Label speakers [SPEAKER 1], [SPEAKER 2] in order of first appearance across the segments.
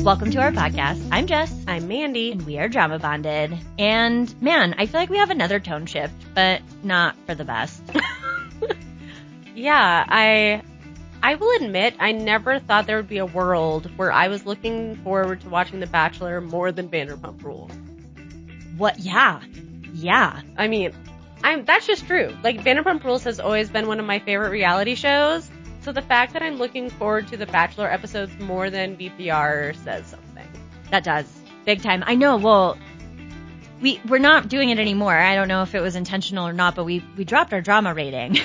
[SPEAKER 1] Welcome to our podcast. I'm Jess,
[SPEAKER 2] I'm Mandy.
[SPEAKER 1] and we are Drama Bonded. And man, I feel like we have another tone shift, but not for the best.
[SPEAKER 2] Yeah, I I will admit I never thought there would be a world where I was looking forward to watching The Bachelor more than Vanderpump Rules.
[SPEAKER 1] What? Yeah. Yeah.
[SPEAKER 2] I mean, I'm that's just true. Like Vanderpump Rules has always been one of my favorite reality shows, so the fact that I'm looking forward to The Bachelor episodes more than VPR says something.
[SPEAKER 1] That does. Big time. I know. Well, we we're not doing it anymore. I don't know if it was intentional or not, but we we dropped our drama rating.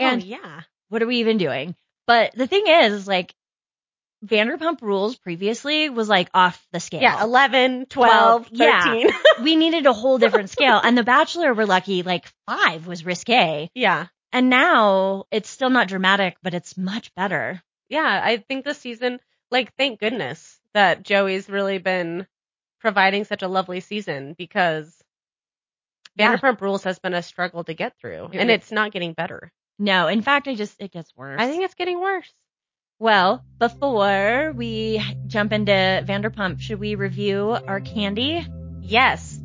[SPEAKER 1] And-
[SPEAKER 2] oh yeah.
[SPEAKER 1] what are we even doing? But the thing is, is like Vanderpump Rules previously was like off the scale.
[SPEAKER 2] Yeah, 11, 12, 13.
[SPEAKER 1] Yeah. we needed a whole different scale. And The Bachelor, we're lucky, like five was risque.
[SPEAKER 2] yeah.
[SPEAKER 1] And now it's still not dramatic, but it's much better.
[SPEAKER 2] yeah, I think this season, like, thank goodness that Joey's really been providing such a lovely season because
[SPEAKER 1] Yeah.
[SPEAKER 2] Vanderpump Rules has been a struggle to get through,
[SPEAKER 1] It
[SPEAKER 2] and
[SPEAKER 1] is.
[SPEAKER 2] it's not getting better.
[SPEAKER 1] No, in fact, I just, it gets worse.
[SPEAKER 2] I think it's getting worse.
[SPEAKER 1] Well, before we jump into Vanderpump, should we review our candy?
[SPEAKER 2] Yes.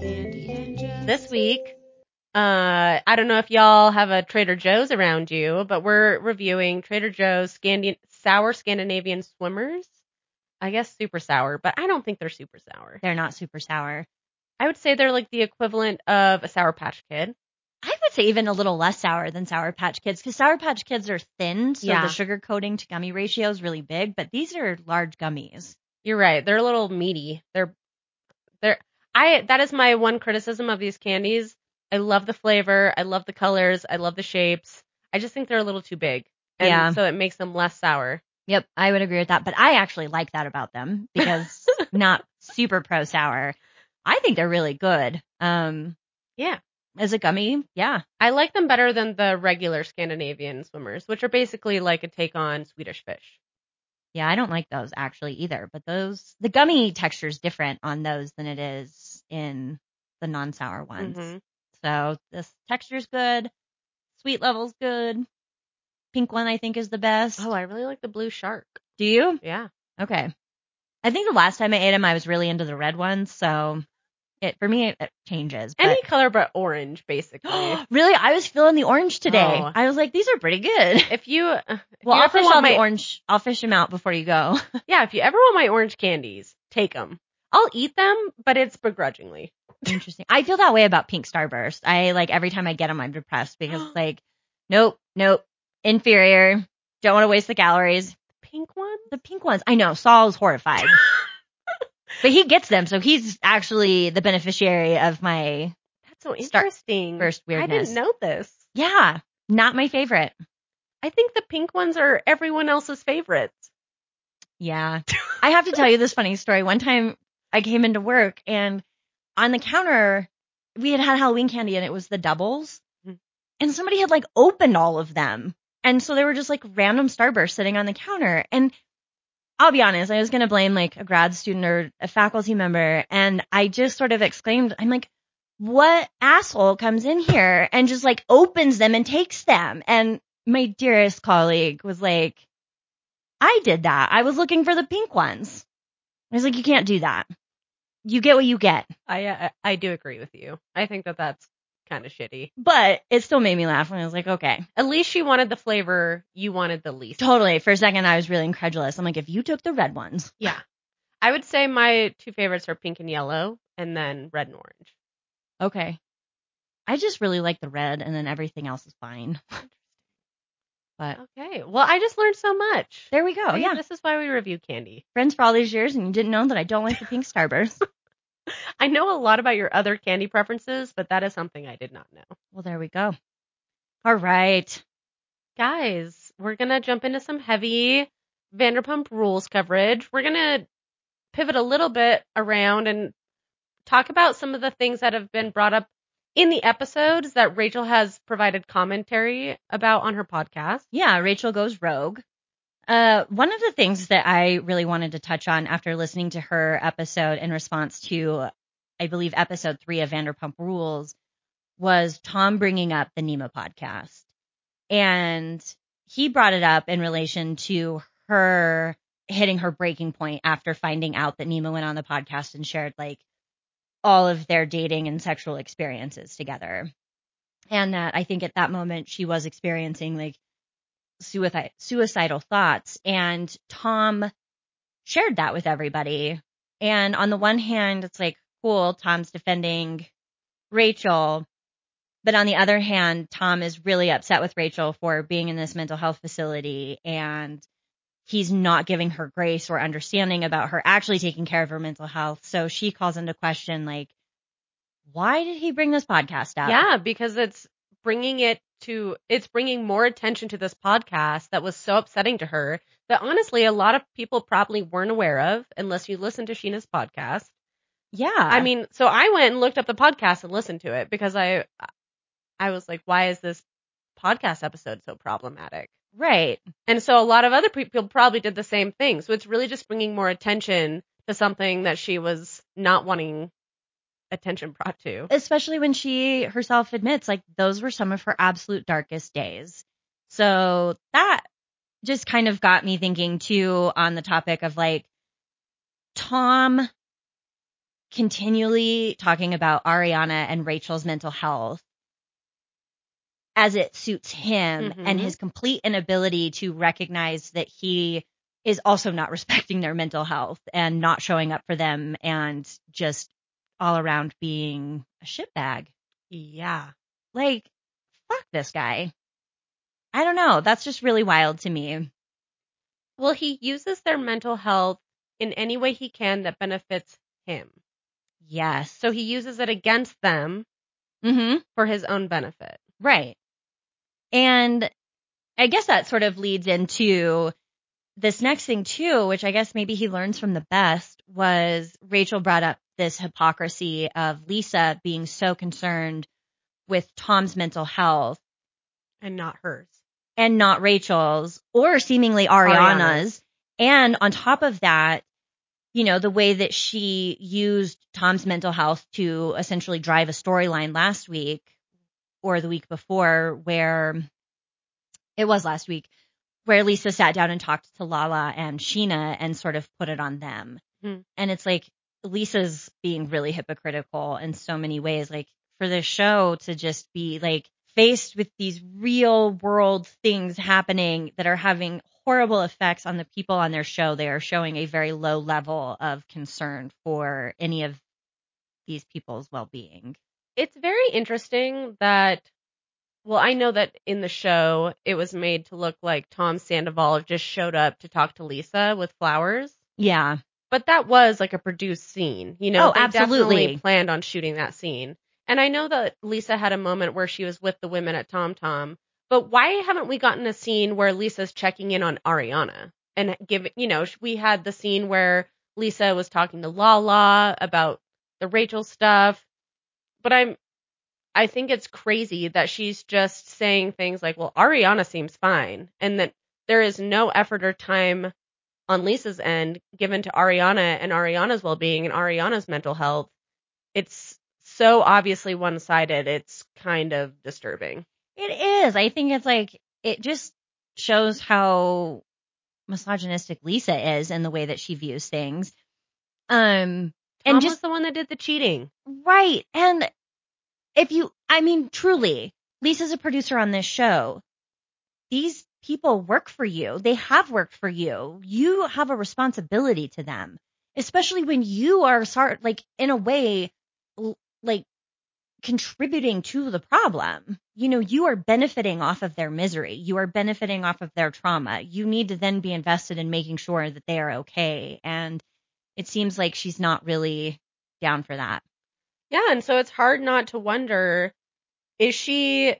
[SPEAKER 2] This week, uh, I don't know if y'all have a Trader Joe's around you, but we're reviewing Trader Joe's Scandi- sour Scandinavian swimmers. I guess super sour, but I don't think they're super sour.
[SPEAKER 1] They're not super sour.
[SPEAKER 2] I would say they're like the equivalent of a Sour Patch Kid.
[SPEAKER 1] I would say even a little less sour than Sour Patch Kids because Sour Patch Kids are thin, so
[SPEAKER 2] Yeah.
[SPEAKER 1] the sugar coating to gummy ratio is really big, but these are large gummies.
[SPEAKER 2] You're right. They're a little meaty. They're they're I that is my one criticism of these candies. I love the flavor, I love the colors, I love the shapes. I just think they're a little too big. And
[SPEAKER 1] Yeah.
[SPEAKER 2] so it makes them less sour.
[SPEAKER 1] Yep, I would agree with that. But I actually like that about them because not super pro sour. I think they're really good. Um,
[SPEAKER 2] Yeah.
[SPEAKER 1] as a gummy, yeah,
[SPEAKER 2] I like them better than the regular Scandinavian swimmers, which are basically like a take on Swedish fish.
[SPEAKER 1] yeah. I don't like those actually either. But those, the gummy texture is different on those than it is in the non-sour ones.
[SPEAKER 2] Mhm.
[SPEAKER 1] So this texture's good, sweet level's good. Pink one I think is the best.
[SPEAKER 2] Oh, I really like the blue shark.
[SPEAKER 1] Do you?
[SPEAKER 2] Yeah.
[SPEAKER 1] Okay. I think the last time I ate them, I was really into the red ones. So it for me, it, it changes. But
[SPEAKER 2] Any color but orange, basically.
[SPEAKER 1] really, I was feeling the orange today.
[SPEAKER 2] Oh.
[SPEAKER 1] I was like, these are pretty good.
[SPEAKER 2] if you if
[SPEAKER 1] Well,
[SPEAKER 2] you
[SPEAKER 1] I'll
[SPEAKER 2] ever
[SPEAKER 1] fish
[SPEAKER 2] want
[SPEAKER 1] all
[SPEAKER 2] my
[SPEAKER 1] the orange. I'll fish them out before you go.
[SPEAKER 2] Yeah, if you ever want my orange candies, take them. I'll eat them, but it's begrudgingly.
[SPEAKER 1] Interesting. I feel that way about pink starburst. I like every time I get them, I'm depressed because it's like, nope, nope, inferior. Don't want to waste the calories.
[SPEAKER 2] Pink one?
[SPEAKER 1] The pink ones, I know. Saul's horrified, but he gets them, so he's actually the beneficiary of my
[SPEAKER 2] That's so
[SPEAKER 1] Star-
[SPEAKER 2] interesting.
[SPEAKER 1] first
[SPEAKER 2] I
[SPEAKER 1] weirdness.
[SPEAKER 2] didn't know this.
[SPEAKER 1] Yeah, not my favorite.
[SPEAKER 2] I think the pink ones are everyone else's favorites.
[SPEAKER 1] Yeah. I have to tell you this funny story. One time I came into work and on the counter, we had had Halloween candy and it was the doubles.
[SPEAKER 2] Mhm.
[SPEAKER 1] And somebody had like opened all of them. And so they were just like random starbursts sitting on the counter. And I'll be honest, I was going to blame like a grad student or a faculty member. And I just sort of exclaimed, I'm like, what asshole comes in here and just like opens them and takes them? And my dearest colleague was like, I did that. I was looking for the pink ones. I was like, you can't do that. You get what you get.
[SPEAKER 2] I uh, I do agree with you. I think that that's kind of shitty.
[SPEAKER 1] But it still made me laugh when I was like, okay.
[SPEAKER 2] At least she wanted the flavor you wanted the least.
[SPEAKER 1] Totally. For a second, I was really incredulous. I'm like, if you took the red ones,
[SPEAKER 2] Yeah. I would say my two favorites are pink and yellow and then red and orange.
[SPEAKER 1] okay. I just really like the red and then everything else is fine. but
[SPEAKER 2] Okay. Well, I just learned so much.
[SPEAKER 1] there we go.
[SPEAKER 2] See,
[SPEAKER 1] yeah.
[SPEAKER 2] This is why we review candy.
[SPEAKER 1] Friends for all these years and you didn't know that I don't like the pink starburst.
[SPEAKER 2] I know a lot about your other candy preferences, but that is something I did not know.
[SPEAKER 1] well, there we go. All right.
[SPEAKER 2] guys, we're gonna jump into some heavy Vanderpump Rules coverage. We're gonna pivot a little bit around and talk about some of the things that have been brought up in the episodes that Rachel has provided commentary about on her podcast.
[SPEAKER 1] Yeah. Rachel goes rogue. Uh, one of the things that I really wanted to touch on after listening to her episode in response to, I believe, episode three of Vanderpump Rules was Tom bringing up the NEMA podcast. and he brought it up in relation to her hitting her breaking point after finding out that Nima went on the podcast and shared like all of their dating and sexual experiences together. And that I think at that moment she was experiencing like suicide, suicidal thoughts. And Tom shared that with everybody. And on the one hand, it's like, cool, Tom's defending Rachel. But on the other hand, Tom is really upset with Rachel for being in this mental health facility and he's not giving her grace or understanding about her actually taking care of her mental health. So she calls into question, like, why did he bring this podcast up?
[SPEAKER 2] Yeah, because it's bringing it to, it's bringing more attention to this podcast that was so upsetting to her that honestly, a lot of people probably weren't aware of unless you listen to Sheena's podcast.
[SPEAKER 1] Yeah.
[SPEAKER 2] I mean, so I went and looked up the podcast and listened to it because I, I was like, why is this podcast episode so problematic?
[SPEAKER 1] right.
[SPEAKER 2] And so a lot of other people probably did the same thing. So it's really just bringing more attention to something that she was not wanting attention brought to.
[SPEAKER 1] Especially when she herself admits, like, those were some of her absolute darkest days. So that just kind of got me thinking too on the topic of like Tom continually talking about Ariana and Rachel's mental health as it suits him
[SPEAKER 2] Mhm.
[SPEAKER 1] and his complete inability to recognize that he is also not respecting their mental health and not showing up for them and just all around being a shitbag.
[SPEAKER 2] Yeah.
[SPEAKER 1] Like, fuck this guy. I don't know. That's just really wild to me.
[SPEAKER 2] Well, he uses their mental health in any way he can that benefits him.
[SPEAKER 1] Yes.
[SPEAKER 2] So he uses it against them
[SPEAKER 1] Mm-hmm.
[SPEAKER 2] for his own benefit.
[SPEAKER 1] Right. And I guess that sort of leads into this next thing too, which I guess maybe he learns from the best was Rachel brought up this hypocrisy of Lisa being so concerned with Tom's mental health
[SPEAKER 2] And not hers.
[SPEAKER 1] and not Rachel's or seemingly Ariana's. And on top of that, you know, the way that she used Tom's mental health to essentially drive a storyline last week or the week before, where it was last week, where Lisa sat down and talked to Lala and Sheena and sort of put it on them.
[SPEAKER 2] Hmm.
[SPEAKER 1] And it's like Lisa's being really hypocritical in so many ways. Like for the show to just be like faced with these real world things happening that are having horrible effects on the people on their show, they are showing a very low level of concern for any of these people's well being.
[SPEAKER 2] It's very interesting that, well, I know that in the show, it was made to look like Tom Sandoval just showed up to talk to Lisa with flowers.
[SPEAKER 1] Yeah.
[SPEAKER 2] but that was like a produced scene. You know,
[SPEAKER 1] Oh,
[SPEAKER 2] they
[SPEAKER 1] absolutely.
[SPEAKER 2] definitely planned on shooting that scene. And I know that Lisa had a moment where she was with the women at Tom Tom, but why haven't we gotten a scene where Lisa's checking in on Ariana and giving, you know, sh- we had the scene where Lisa was talking to Lala about the Rachel stuff, but I'm, I think it's crazy that she's just saying things like, well, Ariana seems fine, and that there is no effort or time on Lisa's end given to Ariana and Ariana's well being and Ariana's mental health, it's so obviously one sided, it's kind of disturbing.
[SPEAKER 1] It is. I think it's like, it just shows how misogynistic Lisa is in the way that she views things. Um,
[SPEAKER 2] Tom
[SPEAKER 1] and just
[SPEAKER 2] was the one that did the cheating.
[SPEAKER 1] Right. And if you, I mean, truly, Lisa's a producer on this show. These people work for you. They have worked for you. You have a responsibility to them, especially when you are sort like in a way, l- like contributing to the problem. You know, you are benefiting off of their misery. You are benefiting off of their trauma. You need to then be invested in making sure that they are okay. And it seems like she's not really down for that.
[SPEAKER 2] Yeah, and so it's hard not to wonder is she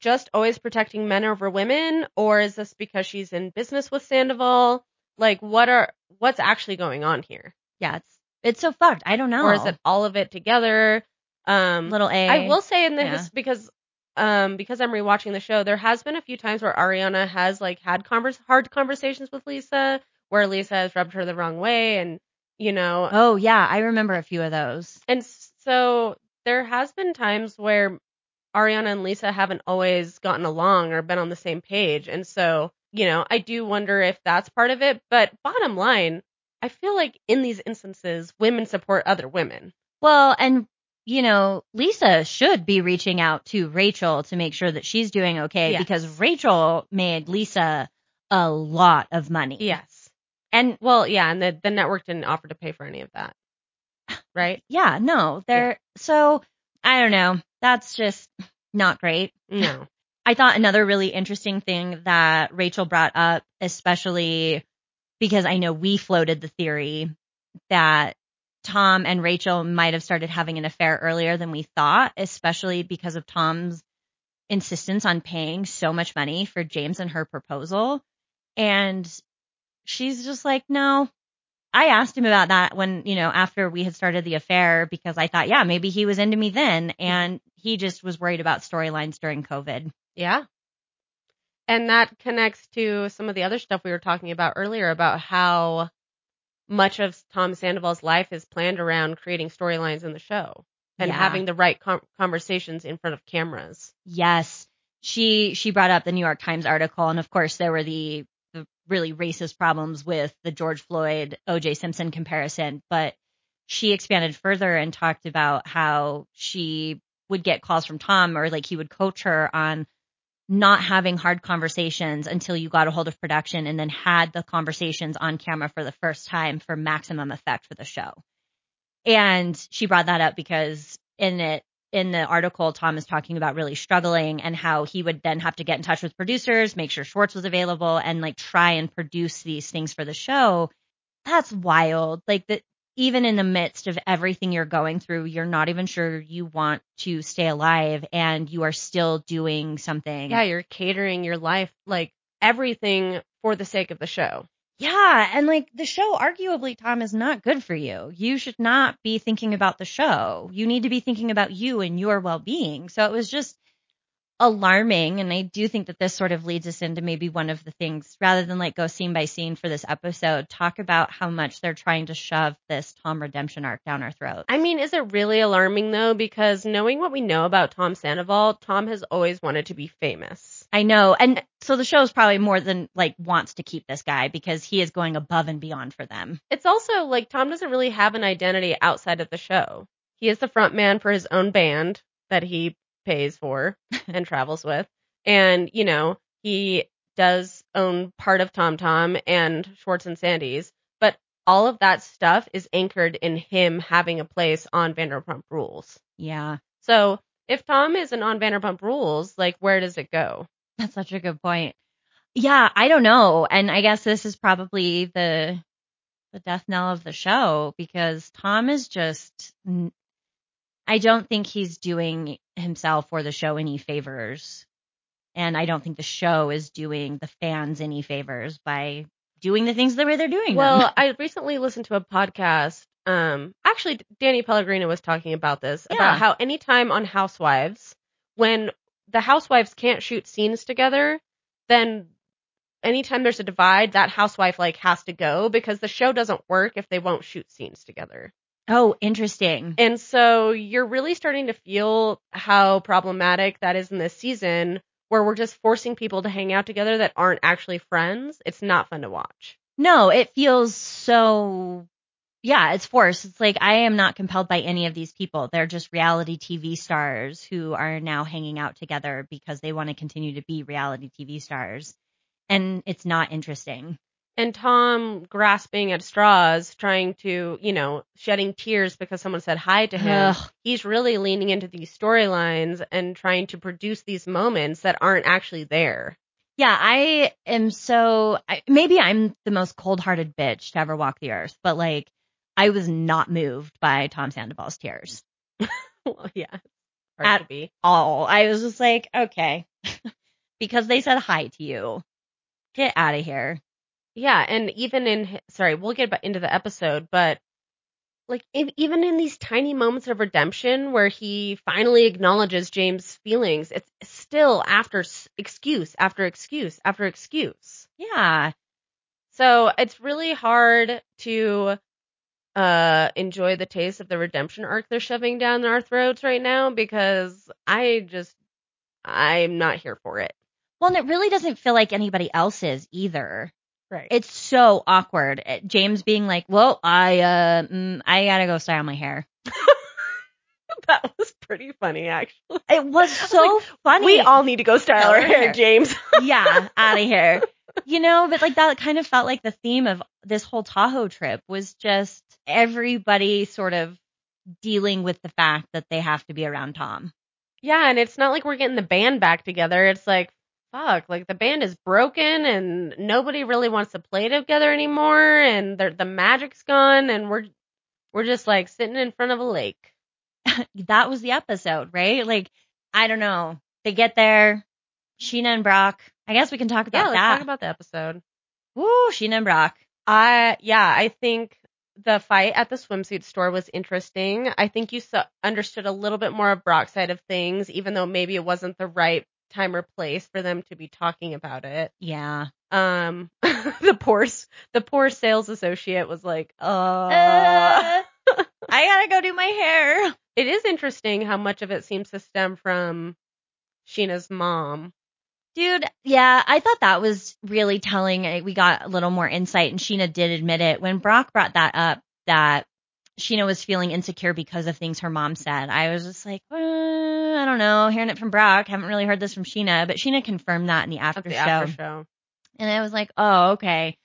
[SPEAKER 2] just always protecting men over women, or is this because she's in business with Sandoval? Like what are what's actually going on here?
[SPEAKER 1] Yeah, it's it's so fucked. I don't know.
[SPEAKER 2] Or is it all of it together? Um
[SPEAKER 1] little A?
[SPEAKER 2] I will say in the
[SPEAKER 1] Yeah.
[SPEAKER 2] his- because um because I'm rewatching the show, there has been a few times where Ariana has like had converse hard conversations with Lisa, where Lisa has rubbed her the wrong way, and you know,
[SPEAKER 1] Oh yeah, I remember a few of those.
[SPEAKER 2] and s- so there has been times where Ariana and Lisa haven't always gotten along or been on the same page. And so, you know, I do wonder if that's part of it. But bottom line, I feel like in these instances, women support other women.
[SPEAKER 1] Well, and you know, Lisa should be reaching out to Rachel to make sure that she's doing okay
[SPEAKER 2] Yes.
[SPEAKER 1] because Rachel made Lisa a lot of money.
[SPEAKER 2] Yes.
[SPEAKER 1] And
[SPEAKER 2] Well, yeah. And the, the network didn't offer to pay for any of that. Right?
[SPEAKER 1] yeah, no, they're so I don't know. That's just not great.
[SPEAKER 2] No.
[SPEAKER 1] I thought another really interesting thing that Rachel brought up, especially because I know we floated the theory that Tom and Rachel might have started having an affair earlier than we thought, especially because of Tom's insistence on paying so much money for James and her proposal. And she's just like, no. I asked him about that when, you know, after we had started the affair because I thought, yeah, maybe he was into me then. And he just was worried about storylines during COVID.
[SPEAKER 2] Yeah. And that connects to some of the other stuff we were talking about earlier about how much of Tom Sandoval's life is planned around creating storylines in the show and
[SPEAKER 1] Yeah.
[SPEAKER 2] having the right com- conversations in front of cameras.
[SPEAKER 1] Yes. She she brought up the New York Times article and of course there were the the really racist problems with the George Floyd OJ Simpson comparison, but she expanded further and talked about how she would get calls from Tom or like he would coach her on not having hard conversations until you got a hold of production and then had the conversations on camera for the first time for maximum effect for the show. And she brought that up because in it in the article, Tom is talking about really struggling and how he would then have to get in touch with producers, make sure Schwartz was available, and like try and produce these things for the show. That's wild. Like that, even in the midst of everything you're going through, you're not even sure you want to stay alive and you are still doing something.
[SPEAKER 2] Yeah, you're catering your life, like everything for the sake of the show.
[SPEAKER 1] Yeah, and like the show, arguably, Tom, is not good for you. You should not be thinking about the show. You need to be thinking about you and your well being. So it was just alarming. And I do think that this sort of leads us into maybe one of the things rather than like go scene by scene for this episode, talk about how much they're trying to shove this Tom redemption arc down our throat.
[SPEAKER 2] I mean, is it really alarming though? Because knowing what we know about Tom Sandoval, Tom has always wanted to be famous.
[SPEAKER 1] I know. And so the show is probably more than like wants to keep this guy because he is going above and beyond for them.
[SPEAKER 2] It's also like Tom doesn't really have an identity outside of the show. He is the front man for his own band that he pays for and travels with. And, you know, he does own part of Tom Tom and Schwartz and Sandy's, but all of that stuff is anchored in him having a place on Vanderpump Rules.
[SPEAKER 1] Yeah,
[SPEAKER 2] So if Tom isn't on Vanderpump Rules, like where does it go?
[SPEAKER 1] that's such a good point. Yeah, I don't know. And I guess this is probably the the death knell of the show because Tom is just n- I don't think he's doing himself or the show any favors. And I don't think the show is doing the fans any favors by doing the things the way they're doing them.
[SPEAKER 2] Well, I recently listened to a podcast. Um, actually, Danny Pellegrino was talking about this
[SPEAKER 1] Yeah.
[SPEAKER 2] about how anytime on Housewives, when the housewives can't shoot scenes together, then anytime there's a divide, that housewife like has to go because the show doesn't work if they won't shoot scenes together.
[SPEAKER 1] Oh, interesting.
[SPEAKER 2] And so you're really starting to feel how problematic that is in this season where we're just forcing people to hang out together that aren't actually friends. It's not fun to watch.
[SPEAKER 1] No, it feels so yeah, it's forced. It's like I am not compelled by any of these people. They're just reality TV stars who are now hanging out together because they want to continue to be reality TV stars. And it's not interesting.
[SPEAKER 2] And Tom grasping at straws, trying to, you know, shedding tears because someone said hi to him.
[SPEAKER 1] Ugh.
[SPEAKER 2] He's really leaning into these storylines and trying to produce these moments that aren't actually there.
[SPEAKER 1] Yeah, I am so I, maybe I'm the most cold-hearted bitch to ever walk the earth, but like I was not moved by Tom Sandoval's tears.
[SPEAKER 2] well, yeah. Hard to
[SPEAKER 1] At-
[SPEAKER 2] be.
[SPEAKER 1] all. I was just like, okay, because they said hi to you. Get out of here.
[SPEAKER 2] Yeah, and even in sorry, we'll get ba- into the episode, but like ev even in these tiny moments of redemption where he finally acknowledges James' feelings, it's still after s- excuse after excuse after excuse.
[SPEAKER 1] Yeah.
[SPEAKER 2] So it's really hard to uh enjoy the taste of the redemption arc they're shoving down our throats right now because I just I'm not here for it.
[SPEAKER 1] Well, and it really doesn't feel like anybody else's either.
[SPEAKER 2] Right.
[SPEAKER 1] It's so awkward. Uh, James being like, "Well, I uh, mm, I gotta go style my hair."
[SPEAKER 2] that was pretty funny, actually.
[SPEAKER 1] It was
[SPEAKER 2] I was
[SPEAKER 1] so funny.
[SPEAKER 2] We all need to go style
[SPEAKER 1] Style our
[SPEAKER 2] our hair,
[SPEAKER 1] hair.
[SPEAKER 2] James.
[SPEAKER 1] yeah, out of here. You know, but like that kind of felt like the theme of this whole Tahoe trip was just everybody sort of dealing with the fact that they have to be around Tom.
[SPEAKER 2] yeah, and it's not like we're getting the band back together. It's like, fuck, like the band is broken and nobody really wants to play together anymore and they're- the magic's gone and we're we're just like sitting in front of a lake.
[SPEAKER 1] That was the episode, right? Like, I don't know. They get there, Sheena and Brock. I guess we can talk
[SPEAKER 2] Yeah,
[SPEAKER 1] about
[SPEAKER 2] let's
[SPEAKER 1] that.
[SPEAKER 2] talk about the episode.
[SPEAKER 1] Woo, Sheena and Brock.
[SPEAKER 2] I yeah, I think the fight at the swimsuit store was interesting. I think you so- understood a little bit more of Brock's side of things, even though maybe it wasn't the right time or place for them to be talking about it.
[SPEAKER 1] Yeah.
[SPEAKER 2] Um, the poor s- the poor sales associate was like, uh,
[SPEAKER 1] Uh, I gotta go do my hair.
[SPEAKER 2] it is interesting how much of it seems to stem from Sheena's mom.
[SPEAKER 1] Dude, yeah, I thought that was really telling. I- We got a little more insight, and Sheena did admit it when Brock brought that up that Sheena was feeling insecure because of things her mom said. I was just like, uh, I don't know, hearing it from Brock. Haven't really heard this from Sheena, but Sheena confirmed that in the after,
[SPEAKER 2] At the
[SPEAKER 1] show.
[SPEAKER 2] after show.
[SPEAKER 1] And I was like, oh, okay.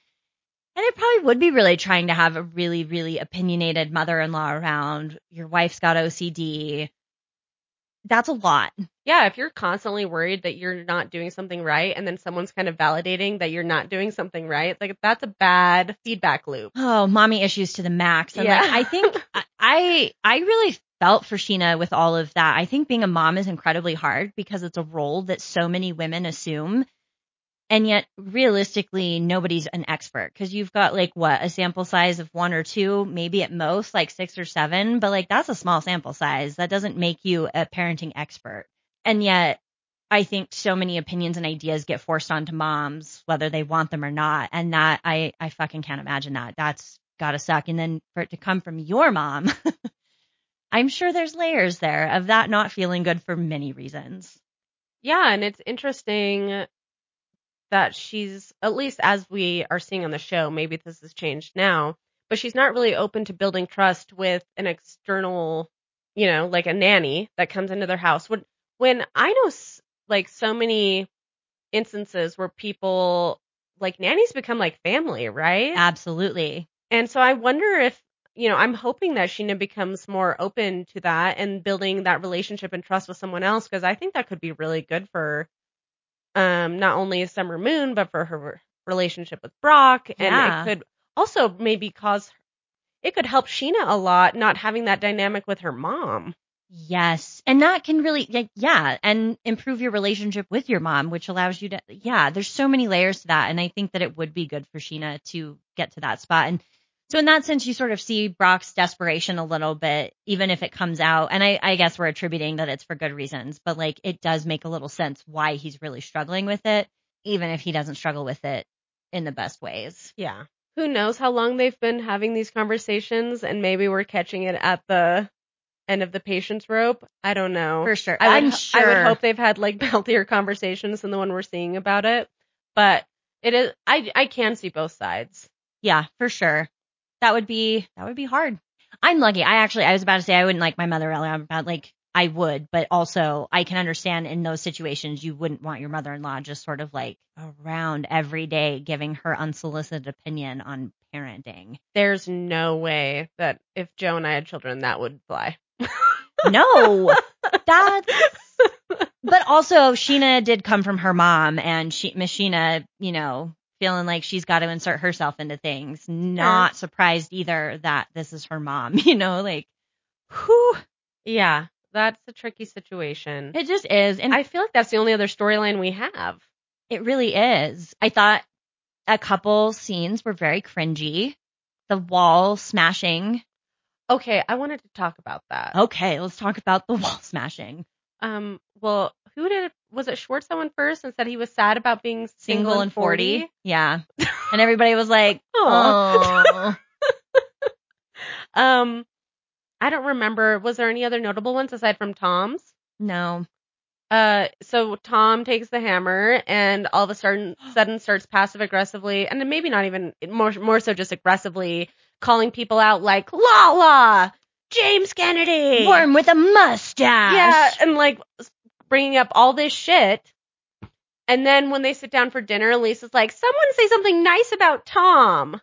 [SPEAKER 1] And it probably would be really trying to have a really, really opinionated mother in law around. Your wife's got OCD. That's a lot.
[SPEAKER 2] Yeah, if you're constantly worried that you're not doing something right and then someone's kind of validating that you're not doing something right, like that's a bad feedback loop.
[SPEAKER 1] Oh, mommy issues to the max. And
[SPEAKER 2] Yeah.
[SPEAKER 1] like, I think I- I I really felt for Sheena with all of that. I think being a mom is incredibly hard because it's a role that so many women assume. And yet realistically, nobody's an expert because you've got like what a sample size of one or two, maybe at most like six or seven, but like that's a small sample size. That doesn't make you a parenting expert. And yet I think so many opinions and ideas get forced onto moms, whether they want them or not. And that I, I fucking can't imagine that. That's gotta suck. And then for it to come from your mom, I'm sure there's layers there of that not feeling good for many reasons.
[SPEAKER 2] Yeah, and it's interesting that she's at least as we are seeing on the show, maybe this has changed now, but she's not really open to building trust with an external, you know, like a nanny that comes into their house. When when I know s- like so many instances where people like nannies become like family, right?
[SPEAKER 1] Absolutely.
[SPEAKER 2] And so I wonder if, you know, I'm hoping that Sheena becomes more open to that and building that relationship and trust with someone else because I think that could be really good for um not only Summer Moon but for her relationship with Brock and
[SPEAKER 1] Yeah.
[SPEAKER 2] it could also maybe cause it could help Sheena a lot not having that dynamic with her mom.
[SPEAKER 1] Yes. And that can really, like, yeah, and improve your relationship with your mom, which allows you to, yeah, there's so many layers to that. And I think that it would be good for Sheena to get to that spot. And so, in that sense, you sort of see Brock's desperation a little bit, even if it comes out. And I, I guess we're attributing that it's for good reasons, but like it does make a little sense why he's really struggling with it, even if he doesn't struggle with it in the best ways.
[SPEAKER 2] Yeah. Who knows how long they've been having these conversations and maybe we're catching it at the end of the patient's rope. I don't know.
[SPEAKER 1] For sure.
[SPEAKER 2] I would,
[SPEAKER 1] am
[SPEAKER 2] ho-
[SPEAKER 1] sure.
[SPEAKER 2] I would hope they've had like healthier conversations than the one we're seeing about it. But it is I I can see both sides.
[SPEAKER 1] Yeah, for sure. That would be that would be hard. I'm lucky. I actually I was about to say I wouldn't like my mother in law about like I would, but also I can understand in those situations you wouldn't want your mother in law just sort of like around every day giving her unsolicited opinion on parenting.
[SPEAKER 2] There's no way that if Joe and I had children that would fly.
[SPEAKER 1] No. That's but also Sheena did come from her mom and she Miss Sheena, you know, feeling like she's got to insert herself into things. Not surprised either that this is her mom, you know, like whew.
[SPEAKER 2] yeah, that's a tricky situation.
[SPEAKER 1] It just is. And
[SPEAKER 2] I feel like that's the only other storyline we have.
[SPEAKER 1] it really is. I thought a couple scenes were very cringy. The wall smashing.
[SPEAKER 2] Okay, I wanted to talk about that.
[SPEAKER 1] Okay, let's talk about the wall smashing.
[SPEAKER 2] Um, well, who did was it Schwartz that went first and said he was sad about being
[SPEAKER 1] Single, and 40. Yeah. And everybody was like,
[SPEAKER 2] Aw.
[SPEAKER 1] oh.
[SPEAKER 2] Um, I don't remember. Was there any other notable ones aside from Tom's?
[SPEAKER 1] no.
[SPEAKER 2] Uh, so Tom takes the hammer and all of a sudden, sudden starts passive aggressively, and then maybe not even more, more so just aggressively calling people out like La La, James Kennedy,
[SPEAKER 1] Worm with a mustache.
[SPEAKER 2] yeah, and like bringing up all this shit. And then when they sit down for dinner, Lisa's like, "Someone say something nice about Tom."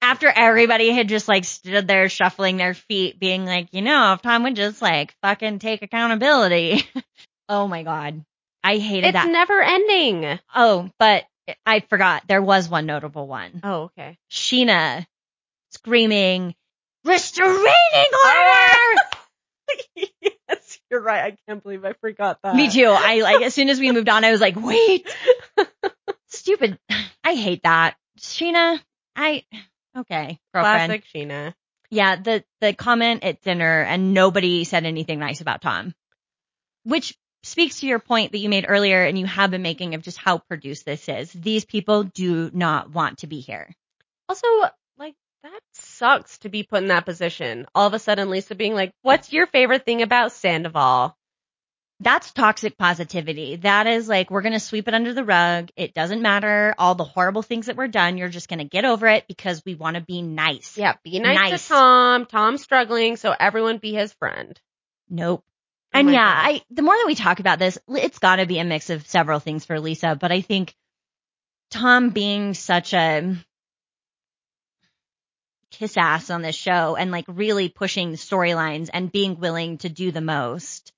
[SPEAKER 1] After everybody had just like stood there shuffling their feet, being like, you know, if Tom would just like fucking take accountability. oh my God. I hated
[SPEAKER 2] It's
[SPEAKER 1] that.
[SPEAKER 2] never ending.
[SPEAKER 1] oh, but I forgot. There was one notable one.
[SPEAKER 2] Oh, okay.
[SPEAKER 1] Sheena screaming, restraining order!
[SPEAKER 2] yes, you're right. I can't believe I forgot that.
[SPEAKER 1] Me too. I like as soon as we moved on, I was like, wait, stupid. I hate that, Sheena. I okay, girlfriend.
[SPEAKER 2] Classic Sheena.
[SPEAKER 1] Yeah, the the comment at dinner and nobody said anything nice about Tom, which speaks to your point that you made earlier and you have been making of just how produced this is. These people do not want to be here.
[SPEAKER 2] Also, like that sucks to be put in that position. All of a sudden, Lisa being like, "What's your favorite thing about Sandoval?"
[SPEAKER 1] That's toxic positivity. That is like, we're going to sweep it under the rug. It doesn't matter. All the horrible things that were done, you're just going to get over it because we want to be nice.
[SPEAKER 2] Yeah, be nice,
[SPEAKER 1] Nice.
[SPEAKER 2] to Tom. Tom's struggling, so everyone be his friend.
[SPEAKER 1] Nope.
[SPEAKER 2] Oh
[SPEAKER 1] And
[SPEAKER 2] my
[SPEAKER 1] yeah,
[SPEAKER 2] God.
[SPEAKER 1] I the more that we talk about this, l- it's got to be a mix of several things for Lisa, but I think Tom being such a kiss ass on this show and like really pushing the storylines and being willing to do the most.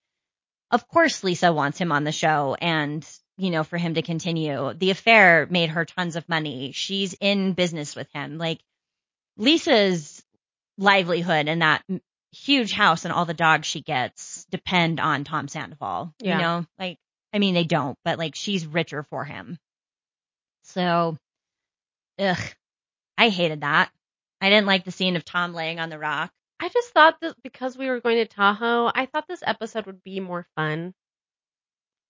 [SPEAKER 1] Of course Lisa wants him on the show and you know for him to continue. The affair made her tons of money. She's in business with him. Like Lisa's livelihood and that huge house and all the dogs she gets depend on Tom Sandoval.
[SPEAKER 2] Yeah.
[SPEAKER 1] You know, like, I mean, they don't, but like she's richer for him. So, ugh, I hated that. I didn't like the scene of Tom laying on the rock.
[SPEAKER 2] I just thought that because we were going to Tahoe, I thought this episode would be more fun.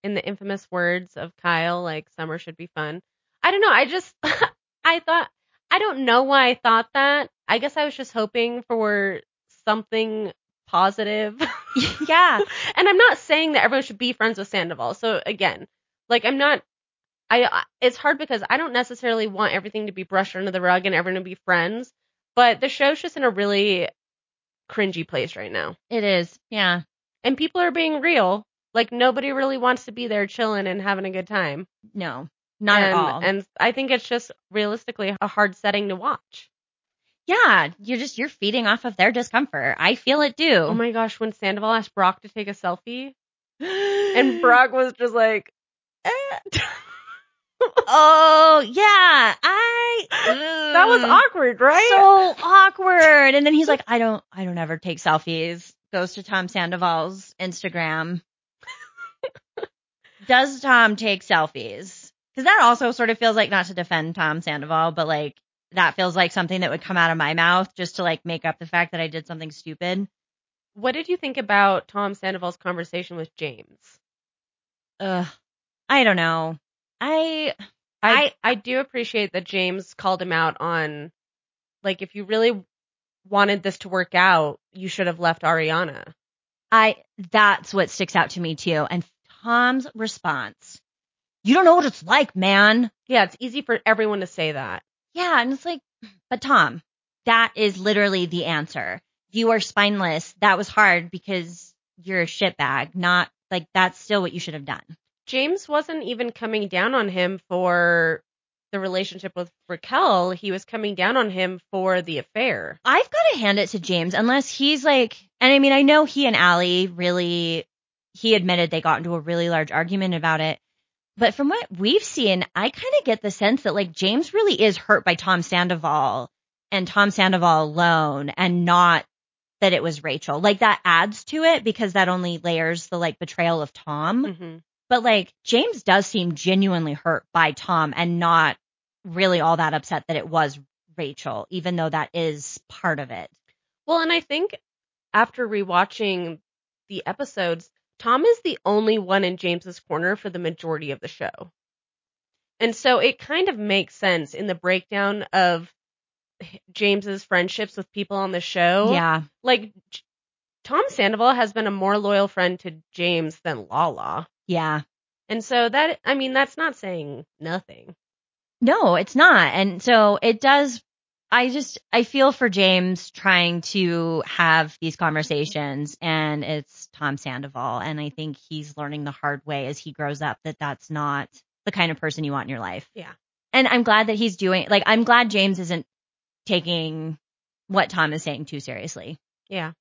[SPEAKER 2] In the infamous words of Kyle, like summer should be fun. I don't know. I just, I thought, I don't know why I thought that. I guess I was just hoping for something positive.
[SPEAKER 1] yeah.
[SPEAKER 2] and I'm not saying that everyone should be friends with Sandoval. So again, like I'm not. I I- it's hard because I don't necessarily want everything to be brushed under the rug and everyone to be friends. But the show's just in a really cringy place right now,
[SPEAKER 1] It is. Yeah.
[SPEAKER 2] and people are being real. Like nobody really wants to be there chilling and having a good time.
[SPEAKER 1] No, not at
[SPEAKER 2] And-
[SPEAKER 1] all.
[SPEAKER 2] And I think it's just realistically a hard setting to watch.
[SPEAKER 1] yeah. You're just, you're feeding off of their discomfort. I feel it too.
[SPEAKER 2] Oh my gosh, when Sandoval asked Brock to take a selfie, and
[SPEAKER 1] and
[SPEAKER 2] Brock was just like, eh.
[SPEAKER 1] oh, yeah. I, that
[SPEAKER 2] that was awkward, right?
[SPEAKER 1] Mm. so awkward. And then he's like, I don't, I don't ever take selfies. Goes to Tom Sandoval's Instagram. Does Tom take selfies? Cause that also sort of feels like not to defend Tom Sandoval, but like that feels like something that would come out of my mouth just to like make up the fact that I did something stupid.
[SPEAKER 2] What did you think about Tom Sandoval's conversation with James?
[SPEAKER 1] Ugh. I don't know. I,
[SPEAKER 2] I, I do appreciate that James called him out on like if you really wanted this to work out, you should have left Ariana.
[SPEAKER 1] I, that's what sticks out to me too. And Tom's response, you don't know what it's like, man.
[SPEAKER 2] Yeah, it's easy for everyone to say that.
[SPEAKER 1] Yeah. And it's like, but Tom, that is literally the answer. You are spineless. That was hard because you're a shitbag, not like that's still what you should have done.
[SPEAKER 2] James wasn't even coming down on him for the relationship with Raquel. He was coming down on him for the affair.
[SPEAKER 1] I've got to hand it to James, unless he's like, and I mean, I know he and Allie really, he admitted they got into a really large argument about it. But from what we've seen, I kind of get the sense that like James really is hurt by Tom Sandoval and Tom Sandoval alone and not that it was Rachel. Like that adds to it because that only layers the like betrayal of Tom.
[SPEAKER 2] Mm-hmm.
[SPEAKER 1] But like James does seem genuinely hurt by Tom and not really all that upset that it was Rachel, even though that is part of it.
[SPEAKER 2] Well, and I think after rewatching the episodes, Tom is the only one in James's corner for the majority of the show. And so it kind of makes sense in the breakdown of James's friendships with people on the show.
[SPEAKER 1] Yeah.
[SPEAKER 2] Like J- Tom Sandoval has been a more loyal friend to James than Lala.
[SPEAKER 1] Yeah.
[SPEAKER 2] And so that, I mean, that's not saying nothing.
[SPEAKER 1] No, it's not. And so it does. I just, I feel for James trying to have these conversations and it's Tom Sandoval. And I think he's learning the hard way as he grows up that that's not the kind of person you want in your life.
[SPEAKER 2] Yeah.
[SPEAKER 1] And I'm glad that he's doing, like, I'm glad James isn't taking what Tom is saying too seriously.
[SPEAKER 2] Yeah.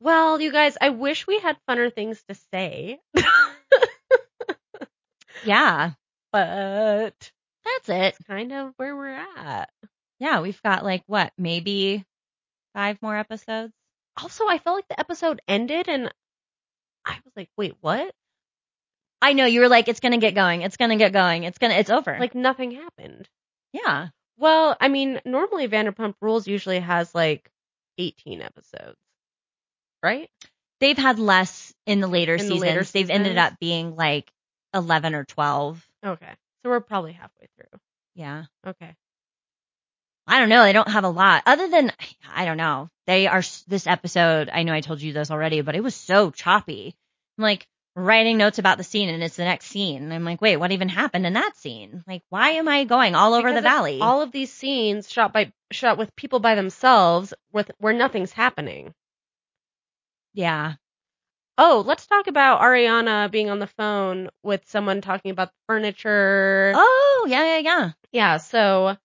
[SPEAKER 2] Well, you guys, I wish we had funner things to say,
[SPEAKER 1] Yeah.
[SPEAKER 2] but
[SPEAKER 1] That's it.
[SPEAKER 2] kind of where we're at.
[SPEAKER 1] Yeah. We've got like what, maybe five more episodes?
[SPEAKER 2] Also, I felt like the episode ended and I was like, wait, what?
[SPEAKER 1] I know you were like, it's going to get going. It's going to get going. It's going to, it's over.
[SPEAKER 2] Like nothing happened.
[SPEAKER 1] yeah.
[SPEAKER 2] Well, I mean, normally Vanderpump Rules usually has like 18 episodes, right?
[SPEAKER 1] They've had less in the later
[SPEAKER 2] In the
[SPEAKER 1] seasons.
[SPEAKER 2] later
[SPEAKER 1] They've ended
[SPEAKER 2] seasons.
[SPEAKER 1] up being like 11 or 12.
[SPEAKER 2] Okay. So we're probably halfway through.
[SPEAKER 1] Yeah.
[SPEAKER 2] Okay.
[SPEAKER 1] I don't know. They don't have a lot other than, I don't know. They are this episode. I know I told you this already, but it was so choppy. I'm like writing notes about the scene and it's the next scene. And I'm like, wait, what even happened in that scene? Like, why am I going all over the
[SPEAKER 2] Because it's
[SPEAKER 1] valley?
[SPEAKER 2] All of these scenes shot by shot with people by themselves with where nothing's happening.
[SPEAKER 1] yeah.
[SPEAKER 2] Oh, let's talk about Ariana being on the phone with someone talking about the furniture.
[SPEAKER 1] Oh, yeah, yeah, yeah.
[SPEAKER 2] Yeah, so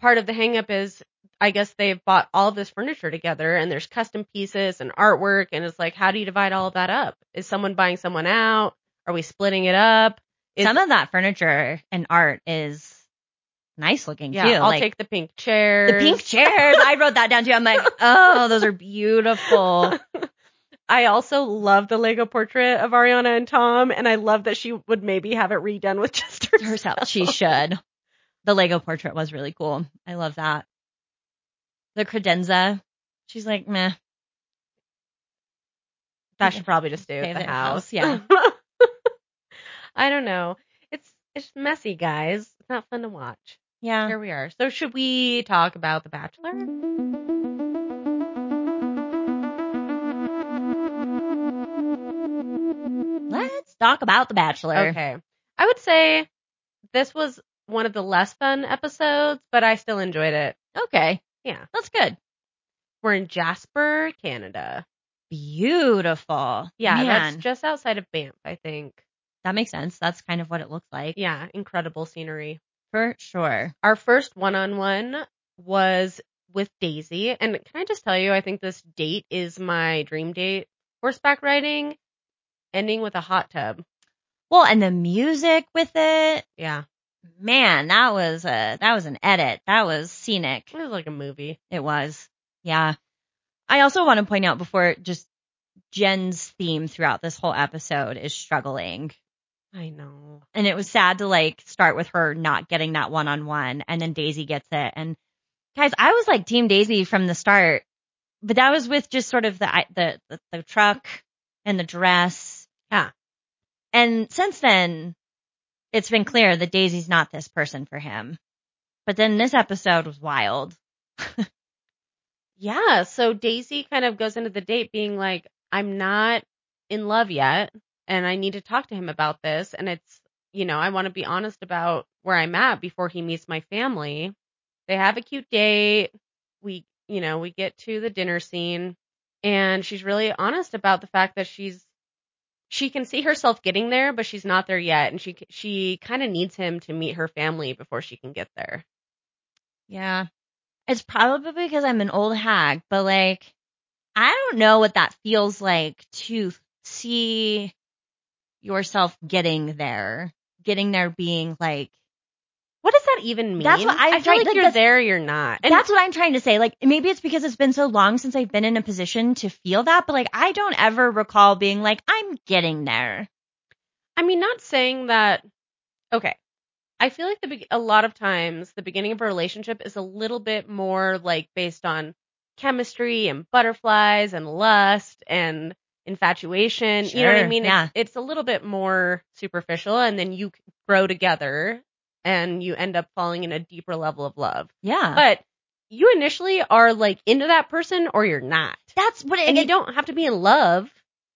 [SPEAKER 2] part of the hangup is I guess they've bought all of this furniture together and there's custom pieces and artwork and it's like how do you divide all of that up? Is someone buying someone out? Are we splitting it up? Is,
[SPEAKER 1] Some of that furniture and art is nice looking
[SPEAKER 2] yeah,
[SPEAKER 1] too.
[SPEAKER 2] I'll
[SPEAKER 1] like,
[SPEAKER 2] take the pink chair.
[SPEAKER 1] the pink chairs. I wrote that down too. I'm like, oh, those are beautiful.
[SPEAKER 2] I also love the Lego portrait of Ariana and Tom, and I love that she would maybe have it redone with just herself.
[SPEAKER 1] Herself, she should. The Lego portrait was really cool. I love that. The credenza. She's like, meh.
[SPEAKER 2] That should probably just stay
[SPEAKER 1] Stay
[SPEAKER 2] at the
[SPEAKER 1] at the
[SPEAKER 2] house.
[SPEAKER 1] house, yeah.
[SPEAKER 2] I don't know. It's it's messy, guys. It's not fun to watch.
[SPEAKER 1] Yeah. Mm-hmm.
[SPEAKER 2] Here we are. So should we talk about The Bachelor?
[SPEAKER 1] Let's talk about The Bachelor.
[SPEAKER 2] Okay. I would say this was one of the less fun episodes, but I still enjoyed it.
[SPEAKER 1] Okay.
[SPEAKER 2] Yeah.
[SPEAKER 1] That's good.
[SPEAKER 2] We're in Jasper, Canada.
[SPEAKER 1] Beautiful.
[SPEAKER 2] Yeah,
[SPEAKER 1] Man,
[SPEAKER 2] that's just outside of Banff, I think.
[SPEAKER 1] that makes sense. That's kind of what it looked like.
[SPEAKER 2] Yeah, incredible scenery.
[SPEAKER 1] For sure.
[SPEAKER 2] Our first one on one was with Daisy. And can I just tell you, I think this date is my dream date. Horseback riding, ending with a hot tub.
[SPEAKER 1] Well, and the music with it.
[SPEAKER 2] Yeah,
[SPEAKER 1] Man, that was a that was an edit. That was scenic.
[SPEAKER 2] it was like a movie.
[SPEAKER 1] It was. Yeah. I also want to point out before just Jen's theme throughout this whole episode is struggling.
[SPEAKER 2] I know.
[SPEAKER 1] And it was sad to like start with her not getting that one on one and then Daisy gets it. And guys, I was like team Daisy from the start, but that was with just sort of the, the, the, the truck and the dress.
[SPEAKER 2] Yeah.
[SPEAKER 1] And since then, it's been clear that Daisy's not this person for him. But then this episode was wild.
[SPEAKER 2] Yeah, so Daisy kind of goes into the date being like, I'm not in love yet, and I need to talk to him about this. And it's, you know, I want to be honest about where I'm at before he meets my family. They have a cute date. We, you know, we get to the dinner scene, and she's really honest about the fact that she's. She can see herself getting there, but she's not there yet, and she she kind of needs him to meet her family before she can get there.
[SPEAKER 1] Yeah. It's probably because I'm an old hag, but like, I don't know what that feels like to see yourself getting there, getting there being like,
[SPEAKER 2] What does that even mean?
[SPEAKER 1] That's what I-
[SPEAKER 2] feel
[SPEAKER 1] right,
[SPEAKER 2] like
[SPEAKER 1] that-
[SPEAKER 2] you're
[SPEAKER 1] that's-
[SPEAKER 2] there, you're not. And
[SPEAKER 1] that's what I'm trying to say. Like, maybe it's because it's been so long since I've been in a position to feel that, but like, I don't ever recall being like, I'm getting there.
[SPEAKER 2] I mean, not saying that. Okay, I feel like the be- a lot of times the beginning of a relationship is a little bit more like based on chemistry and butterflies and lust and infatuation. You know what I
[SPEAKER 1] Sure,
[SPEAKER 2] mean?
[SPEAKER 1] yeah.
[SPEAKER 2] It's, it's a little bit more superficial, and then you c- grow together and you end up falling in a deeper level of love.
[SPEAKER 1] Yeah.
[SPEAKER 2] But you initially are like into that person or you're not
[SPEAKER 1] that's what it,
[SPEAKER 2] and you don't have to be in love,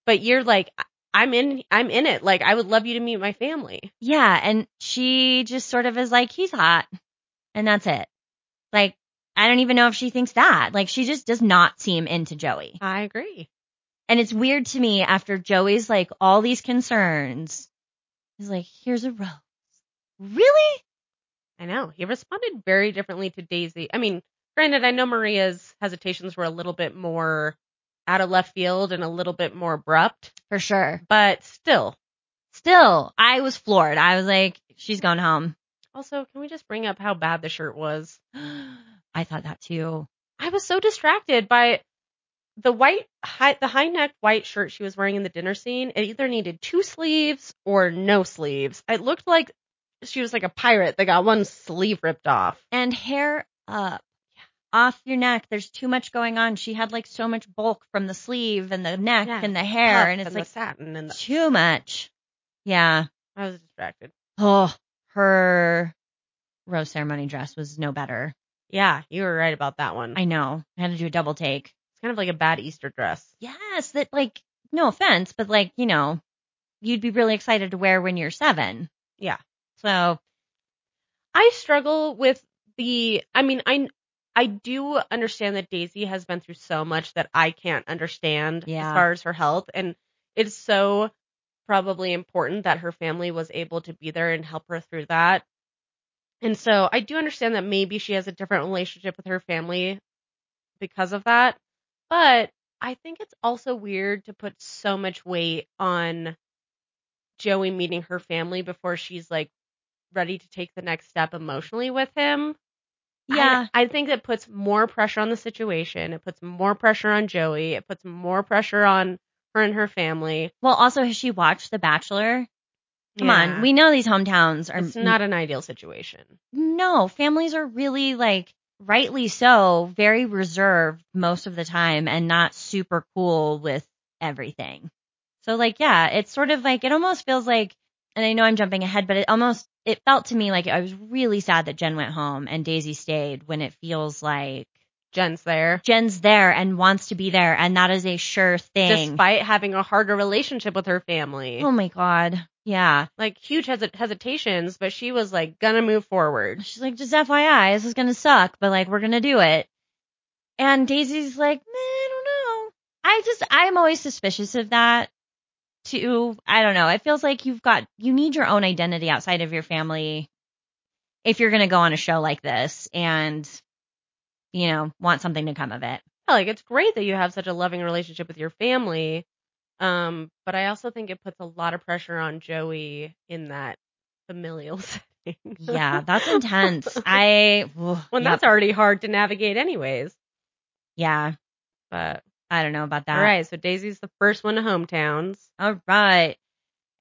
[SPEAKER 2] but you're like, I- I'm in I'm in it. Like I would love you to meet my family.
[SPEAKER 1] Yeah, and she just sort of is like, he's hot, and that's it. Like, I don't even know if she thinks that. Like, she just does not seem into Joey.
[SPEAKER 2] I agree.
[SPEAKER 1] And it's weird to me after Joey's like all these concerns, he's like, here's a rose. Really?
[SPEAKER 2] I know. He responded very differently to Daisy. I mean, granted, I know Maria's hesitations were a little bit more out of left field and a little bit more abrupt,
[SPEAKER 1] For sure.
[SPEAKER 2] but still.
[SPEAKER 1] Still, I was floored. I was like, she's gone home.
[SPEAKER 2] Also, can we just bring up how bad the shirt was?
[SPEAKER 1] I thought that too.
[SPEAKER 2] I was so distracted by the white high, the high neck white shirt she was wearing in the dinner scene. It either needed two sleeves or no sleeves. It looked like she was like a pirate that got one sleeve ripped off.
[SPEAKER 1] And hair up. Off your neck. There's too much going on. She had like so much bulk from the sleeve and the neck
[SPEAKER 2] Yeah.
[SPEAKER 1] and the hair.
[SPEAKER 2] Puff
[SPEAKER 1] and it's
[SPEAKER 2] the
[SPEAKER 1] like
[SPEAKER 2] satin and the,
[SPEAKER 1] too much. Yeah.
[SPEAKER 2] I was distracted.
[SPEAKER 1] Oh, her rose ceremony dress was no better.
[SPEAKER 2] Yeah, you were right about that one.
[SPEAKER 1] I know. I had to do a double take.
[SPEAKER 2] It's kind of like a bad Easter dress.
[SPEAKER 1] Yes, that like no offense, but like, you know, you'd be really excited to wear when you're seven.
[SPEAKER 2] Yeah.
[SPEAKER 1] So
[SPEAKER 2] I struggle with the I mean I I do understand that Daisy has been through so much that I can't understand
[SPEAKER 1] Yeah.
[SPEAKER 2] as far as her health and it's so probably important that her family was able to be there and help her through that. And so I do understand that maybe she has a different relationship with her family because of that, but I think it's also weird to put so much weight on Joey meeting her family before she's like ready to take the next step emotionally with him.
[SPEAKER 1] yeah.
[SPEAKER 2] I, I think it puts more pressure on the situation. It puts more pressure on Joey. It puts more pressure on her and her family.
[SPEAKER 1] well, also has she watched The Bachelor? Come
[SPEAKER 2] Yeah.
[SPEAKER 1] on. We know these hometowns are
[SPEAKER 2] it's not an ideal situation.
[SPEAKER 1] no, families are really like rightly so, very reserved most of the time and not super cool with everything. So like yeah, it's sort of like it almost feels like and I know I'm jumping ahead, but it almost it felt to me like I was really sad that Jen went home and Daisy stayed when it feels like
[SPEAKER 2] Jen's there.
[SPEAKER 1] Jen's there and wants to be there and that is a sure thing.
[SPEAKER 2] Despite having a harder relationship with her family.
[SPEAKER 1] oh my god. Yeah.
[SPEAKER 2] Like huge hesi- hesitations, but she was like gonna move forward.
[SPEAKER 1] She's like, just FYI, this is gonna suck, but like we're gonna do it. And Daisy's like, "Meh, I don't know. I just I'm always suspicious of that. Too, I don't know. It feels like you've got you need your own identity outside of your family if you're gonna go on a show like this and you know want something to come of it.
[SPEAKER 2] Yeah, like it's great that you have such a loving relationship with your family. Um, but I also think it puts a lot of pressure on Joey in that familial setting.
[SPEAKER 1] Yeah, that's intense. I ugh,
[SPEAKER 2] Well,
[SPEAKER 1] yep.
[SPEAKER 2] that's already hard to navigate, anyways.
[SPEAKER 1] yeah.
[SPEAKER 2] But
[SPEAKER 1] I don't know about that.
[SPEAKER 2] all right, so Daisy's the first one to hometowns
[SPEAKER 1] All right.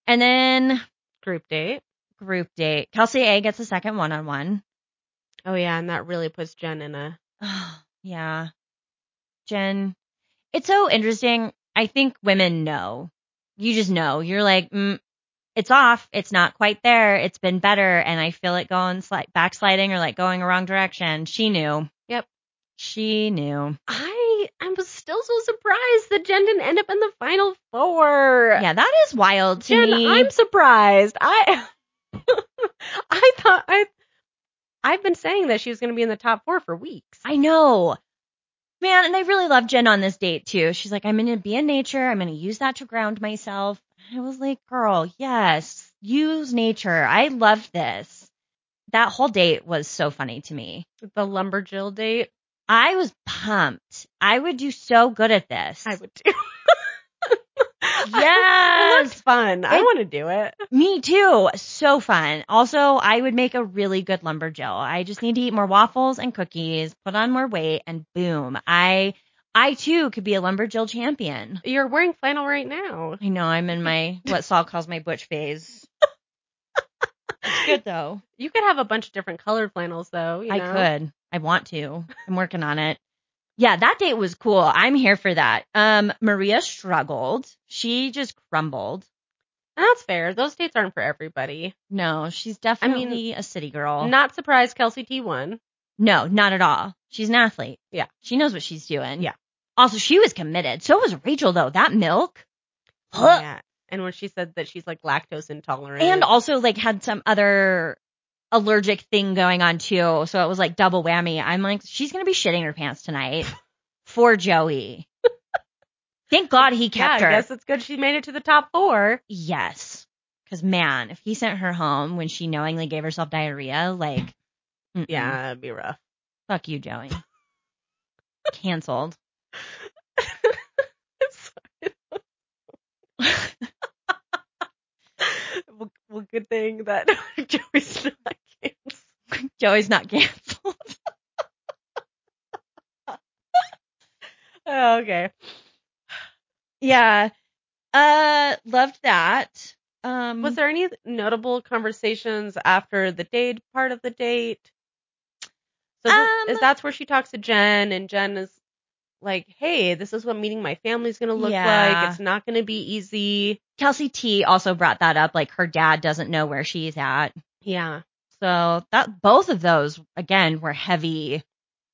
[SPEAKER 1] And then
[SPEAKER 2] group date.
[SPEAKER 1] group date. Kelsey A gets a second one on one.
[SPEAKER 2] Oh yeah, and that really puts Jen in a
[SPEAKER 1] yeah. Jen, it's so interesting. I think women know. You just know. You're like, mm, it's off. It's not quite there. It's been better. And I feel it going sli- backsliding or like going a wrong direction. She knew.
[SPEAKER 2] Yep.
[SPEAKER 1] She knew.
[SPEAKER 2] I I was still so surprised that Jen didn't end up in the final four.
[SPEAKER 1] Yeah, that is wild to
[SPEAKER 2] Jen,
[SPEAKER 1] me.
[SPEAKER 2] I'm surprised. I I thought I I've been saying that she was going to be in the top four for weeks.
[SPEAKER 1] I know. Man, and I really love Jen on this date too. She's like, I'm going to be in nature. I'm going to use that to ground myself. I was like, girl, yes, use nature. I love this. That whole date was so funny to me.
[SPEAKER 2] the lumberjill date,
[SPEAKER 1] I was pumped. I would do so good at this.
[SPEAKER 2] I would do. it
[SPEAKER 1] Yes.
[SPEAKER 2] looks fun. I
[SPEAKER 1] It-
[SPEAKER 2] want to do it.
[SPEAKER 1] Me too. So fun. Also, I would make a really good lumberjill. I just need to eat more waffles and cookies, put on more weight, and boom. I I too could be a lumberjill champion.
[SPEAKER 2] You're wearing flannel right now.
[SPEAKER 1] I know I'm in my what Saul calls my butch phase. Good though.
[SPEAKER 2] You could have a bunch of different colored flannels though. You
[SPEAKER 1] I
[SPEAKER 2] know?
[SPEAKER 1] could. I want to. I'm working on it. Yeah, that date was cool. I'm here for that. Um, Maria struggled. She just crumbled.
[SPEAKER 2] And that's fair. Those dates aren't for everybody.
[SPEAKER 1] No, she's
[SPEAKER 2] I mean,
[SPEAKER 1] definitely a city girl.
[SPEAKER 2] Not surprised Kelsey T won.
[SPEAKER 1] no, not at all. She's an athlete.
[SPEAKER 2] Yeah.
[SPEAKER 1] She knows what she's doing.
[SPEAKER 2] Yeah.
[SPEAKER 1] Also, she was committed. So was Rachel though. That milk. Ugh.
[SPEAKER 2] Yeah. and when she said that she's like lactose intolerant
[SPEAKER 1] and also like had some other allergic thing going on too. So it was like double whammy. I'm like, she's gonna be shitting her pants tonight for Joey. Thank God he
[SPEAKER 2] yeah,
[SPEAKER 1] kept
[SPEAKER 2] I
[SPEAKER 1] her.
[SPEAKER 2] guess it's good she made it to the top four.
[SPEAKER 1] Yes. Because man, if he sent her home when she knowingly gave herself diarrhea, like, mm-mm.
[SPEAKER 2] Yeah, it'd be rough.
[SPEAKER 1] fuck you, Joey. Cancelled.
[SPEAKER 2] well, well, good thing that Joey's not canceled.
[SPEAKER 1] Joey's not canceled.
[SPEAKER 2] Oh, okay.
[SPEAKER 1] yeah. Uh, loved that. Um,
[SPEAKER 2] Was there any notable conversations after the date part of the date? So this,
[SPEAKER 1] Um,
[SPEAKER 2] is that's where she talks to Jen, and Jen is like, "Hey, this is what meeting my family's going to look
[SPEAKER 1] Yeah.
[SPEAKER 2] like. It's not going to be easy."
[SPEAKER 1] Kelsey T also brought that up. Like her dad doesn't know where she's at.
[SPEAKER 2] Yeah,
[SPEAKER 1] So that both of those again were heavy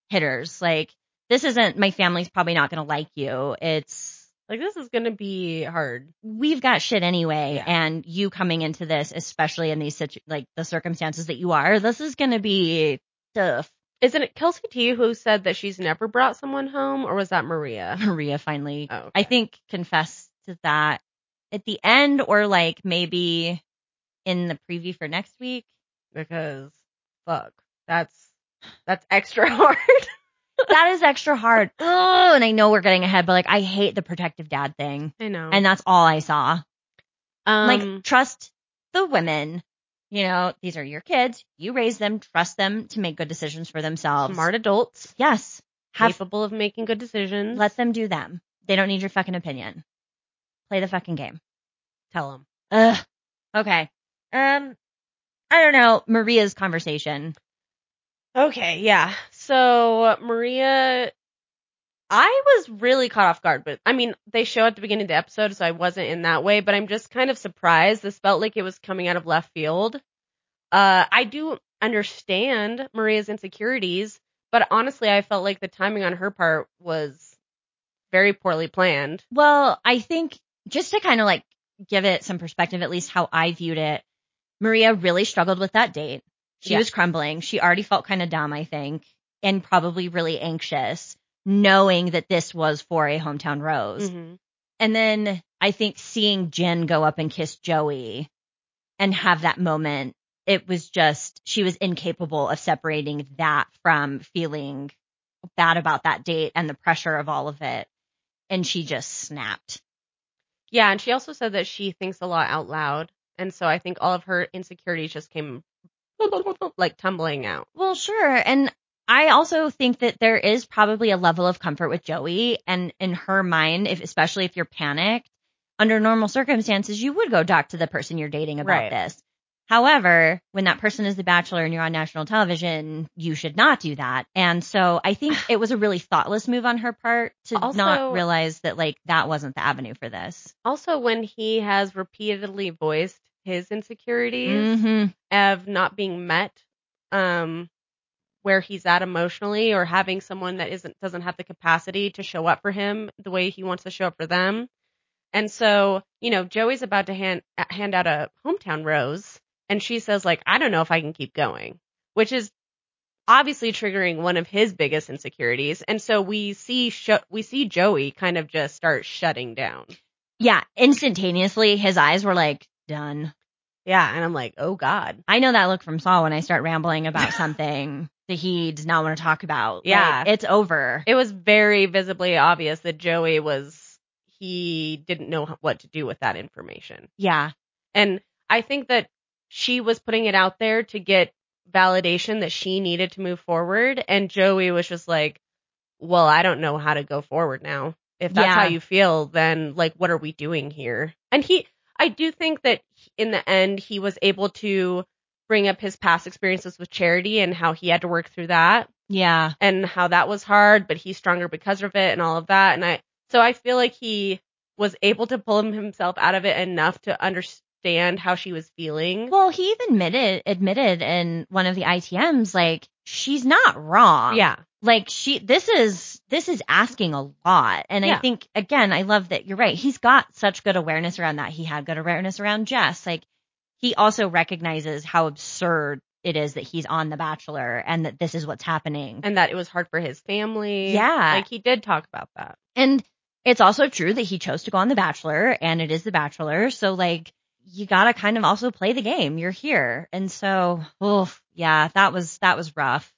[SPEAKER 1] hitters. Like this isn't my family's probably not going to like you. It's
[SPEAKER 2] like this is going to be hard.
[SPEAKER 1] we've got shit anyway
[SPEAKER 2] Yeah.
[SPEAKER 1] and you coming into this especially in these situ- like the circumstances that you are this is going to be tough
[SPEAKER 2] Isn't it Kelsey T who said that she's never brought someone home, or was that Maria?
[SPEAKER 1] maria finally
[SPEAKER 2] Oh,
[SPEAKER 1] i
[SPEAKER 2] okay.
[SPEAKER 1] think confessed to that at the end or like maybe in the preview for next week
[SPEAKER 2] because fuck, that's that's extra hard.
[SPEAKER 1] that is extra hard oh and i know we're getting ahead but like i hate the protective dad thing
[SPEAKER 2] I know.
[SPEAKER 1] and that's all i saw
[SPEAKER 2] um,
[SPEAKER 1] like trust the women you know these are your kids you raise them trust them to make good decisions for themselves
[SPEAKER 2] smart adults
[SPEAKER 1] yes have
[SPEAKER 2] capable of making good decisions.
[SPEAKER 1] Let them do them. They don't need your fucking opinion. Play the fucking game.
[SPEAKER 2] tell them.
[SPEAKER 1] Ugh. Okay. Um, I don't know. Maria's conversation.
[SPEAKER 2] Okay, yeah. So Maria, I was really caught off guard, but I mean, they show at the beginning of the episode, so I wasn't in that way. But I'm just kind of surprised. This felt like it was coming out of left field. Uh, I do understand Maria's insecurities, but honestly, I felt like the timing on her part was very poorly planned.
[SPEAKER 1] Well, I think just to kind of like give it some perspective, at least how I viewed it, Maria really struggled with that date. She
[SPEAKER 2] Yeah.
[SPEAKER 1] was crumbling. She already felt kind of dumb, I think, and probably really anxious, knowing that this was for a hometown rose.
[SPEAKER 2] Mm-hmm.
[SPEAKER 1] And then I think seeing Jen go up and kiss Joey and have that moment, it was just, she was incapable of separating that from feeling bad about that date and the pressure of all of it. And she just snapped.
[SPEAKER 2] Yeah, and she also said that she thinks a lot out loud, and so I think all of her insecurities just came like tumbling out.
[SPEAKER 1] Well, sure. And I also think that there is probably a level of comfort with Joey and in her mind, if especially if you're panicked, under normal circumstances, you would go talk to the person you're dating about
[SPEAKER 2] Right.
[SPEAKER 1] this. However, when that person is the bachelor and you're on national television, you should not do that. And so I think it was a really thoughtless move on her part to
[SPEAKER 2] Also-
[SPEAKER 1] not realize that like that wasn't the avenue for this.
[SPEAKER 2] Also, when he has repeatedly voiced his insecurities
[SPEAKER 1] hmm
[SPEAKER 2] of not being met, um, where he's at emotionally, or having someone that isn't doesn't have the capacity to show up for him the way he wants to show up for them, and so you know Joey's about to hand hand out a hometown rose, and she says like I don't know if I can keep going, which is obviously triggering one of his biggest insecurities, and so we see sho- we see Joey kind of just start shutting down.
[SPEAKER 1] Yeah. Instantaneously, his eyes were like, done.
[SPEAKER 2] Yeah, and I'm like, oh God.
[SPEAKER 1] I know that look from Saul when I start rambling about something that he does not want to talk about.
[SPEAKER 2] Yeah.
[SPEAKER 1] Like, it's over.
[SPEAKER 2] It was very visibly obvious that Joey was he didn't know what to do with that information,
[SPEAKER 1] yeah.
[SPEAKER 2] and I think that she was putting it out there to get validation that she needed to move forward, and Joey was just like, well, I don't know how to go forward now. If that's
[SPEAKER 1] Yeah.
[SPEAKER 2] how you feel, then like, what are we doing here? And he, I do think that in the end, he was able to bring up his past experiences with charity and how he had to work through that.
[SPEAKER 1] Yeah.
[SPEAKER 2] and how that was hard, but he's stronger because of it and all of that. And I, so I feel like he was able to pull him- himself out of it enough to understand how she was feeling.
[SPEAKER 1] Well, he even admitted admitted in one of the ITMs like she's not wrong.
[SPEAKER 2] yeah.
[SPEAKER 1] like she this is this is asking a lot and i
[SPEAKER 2] Yeah.
[SPEAKER 1] think again i love that you're right he's got such good awareness around that he had good awareness around jess like he also recognizes how absurd it is that he's on the bachelor and that this is what's happening
[SPEAKER 2] and that it was hard for his family.
[SPEAKER 1] Yeah.
[SPEAKER 2] Like he did talk about that.
[SPEAKER 1] and it's also true that he chose to go on the bachelor and it is the bachelor so like you gotta kind of also play the game you're here and so oof, yeah that was that was rough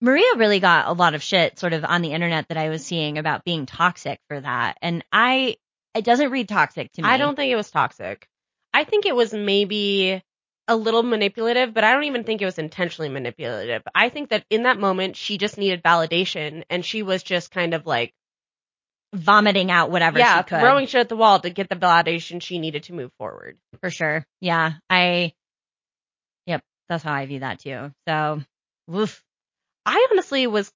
[SPEAKER 1] maria really got a lot of shit sort of on the internet that i was seeing about being toxic for that and i it doesn't read toxic to me
[SPEAKER 2] I don't think it was toxic. I think it was maybe a little manipulative, but I don't even think it was intentionally manipulative. I think that in that moment, she just needed validation and she was just kind of like,
[SPEAKER 1] vomiting out whatever
[SPEAKER 2] yeah,
[SPEAKER 1] she could
[SPEAKER 2] throwing shit at the wall to get the validation she needed to move forward.
[SPEAKER 1] for sure yeah i yep that's how i view that too so oof,
[SPEAKER 2] I honestly was,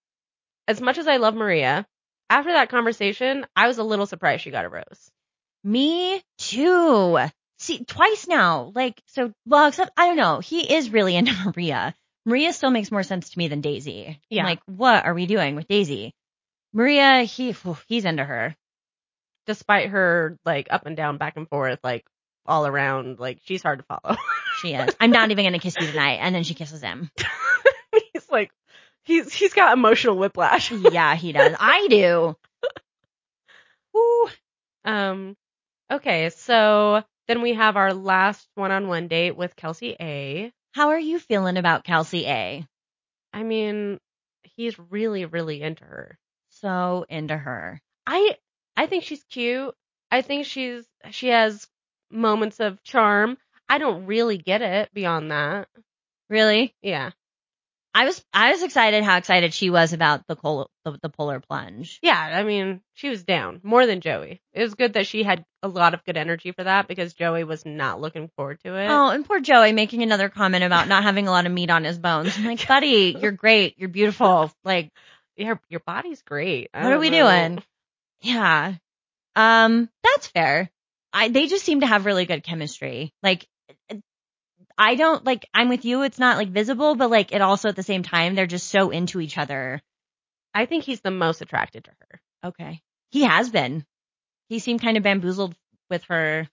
[SPEAKER 2] as much as I love Maria, after that conversation, I was a little surprised she got a rose.
[SPEAKER 1] Me too. See, twice now. Like, so, well, except, I don't know. He is really into Maria. Maria still makes more sense to me than Daisy. I'm
[SPEAKER 2] Yeah.
[SPEAKER 1] like, what are we doing with Daisy? Maria, he, phew, he's into her.
[SPEAKER 2] despite her like up and down, back and forth, like all around, like she's hard to follow.
[SPEAKER 1] She is. I'm not even going to kiss you tonight. And then she kisses him.
[SPEAKER 2] he's like, he's he's got emotional whiplash.
[SPEAKER 1] Yeah, he does. I do.
[SPEAKER 2] Woo. Um, okay, so then we have our last one-on-one date with Kelsey A.
[SPEAKER 1] How are you feeling about Kelsey A?
[SPEAKER 2] I mean, he's really really into her.
[SPEAKER 1] So into her.
[SPEAKER 2] I I think she's cute. I think she's she has moments of charm. I don't really get it beyond that.
[SPEAKER 1] Really?
[SPEAKER 2] Yeah.
[SPEAKER 1] I was, I was excited how excited she was about the, col- the, the polar plunge.
[SPEAKER 2] Yeah, I mean, she was down more than Joey. It was good that she had a lot of good energy for that because Joey was not looking forward to it.
[SPEAKER 1] Oh, and poor Joey making another comment about not having a lot of meat on his bones. I'm like, buddy, you're great. You're beautiful. Like,
[SPEAKER 2] Your your body's great. I
[SPEAKER 1] what are
[SPEAKER 2] don't
[SPEAKER 1] we
[SPEAKER 2] know.
[SPEAKER 1] doing? Yeah. Um, that's fair. I, they just seem to have really good chemistry. Like, I don't, like, I'm with you. It's not like visible, but like it also at the same time, they're just so into each other.
[SPEAKER 2] I think he's the most attracted to her.
[SPEAKER 1] Okay. He has been. He seemed kind of bamboozled with her.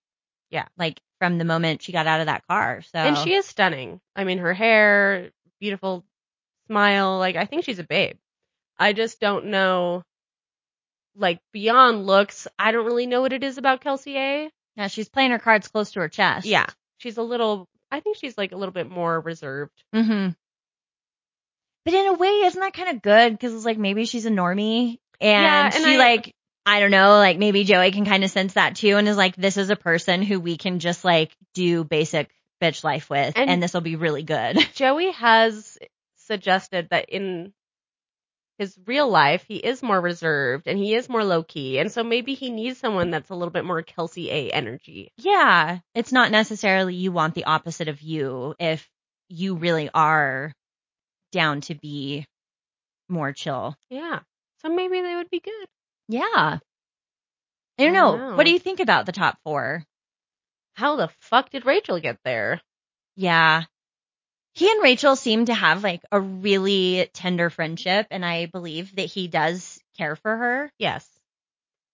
[SPEAKER 2] Yeah.
[SPEAKER 1] Like from the moment she got out of that car. So,
[SPEAKER 2] And she is stunning. I mean, her hair, beautiful smile, like I think she's a babe. I just don't know like beyond looks, I don't really know what it is about Kelsey A.
[SPEAKER 1] yeah, she's playing her cards close to her chest.
[SPEAKER 2] Yeah. She's a little I think she's like a little bit more reserved.
[SPEAKER 1] Mm-hmm. But in a way, isn't that kind of good? Because it's like maybe she's a normie, and,
[SPEAKER 2] Yeah, and
[SPEAKER 1] she
[SPEAKER 2] I-
[SPEAKER 1] like I don't know, like maybe Joey can kind of sense that too, and is like, this is a person who we can just like do basic bitch life with, and,
[SPEAKER 2] And-
[SPEAKER 1] this will be really good.
[SPEAKER 2] Joey has suggested that in his real life, he is more reserved and he is more low key. And so maybe he needs someone that's a little bit more Kelsey A energy.
[SPEAKER 1] yeah, it's not necessarily you want the opposite of you if you really are down to be more chill.
[SPEAKER 2] Yeah. So maybe they would be good.
[SPEAKER 1] Yeah. I don't
[SPEAKER 2] I don't
[SPEAKER 1] know. What do
[SPEAKER 2] know.
[SPEAKER 1] you think about the top four?
[SPEAKER 2] How the fuck did Rachel get there?
[SPEAKER 1] Yeah. He and Rachel seem to have like a really tender friendship, and I believe that he does care for her.
[SPEAKER 2] Yes.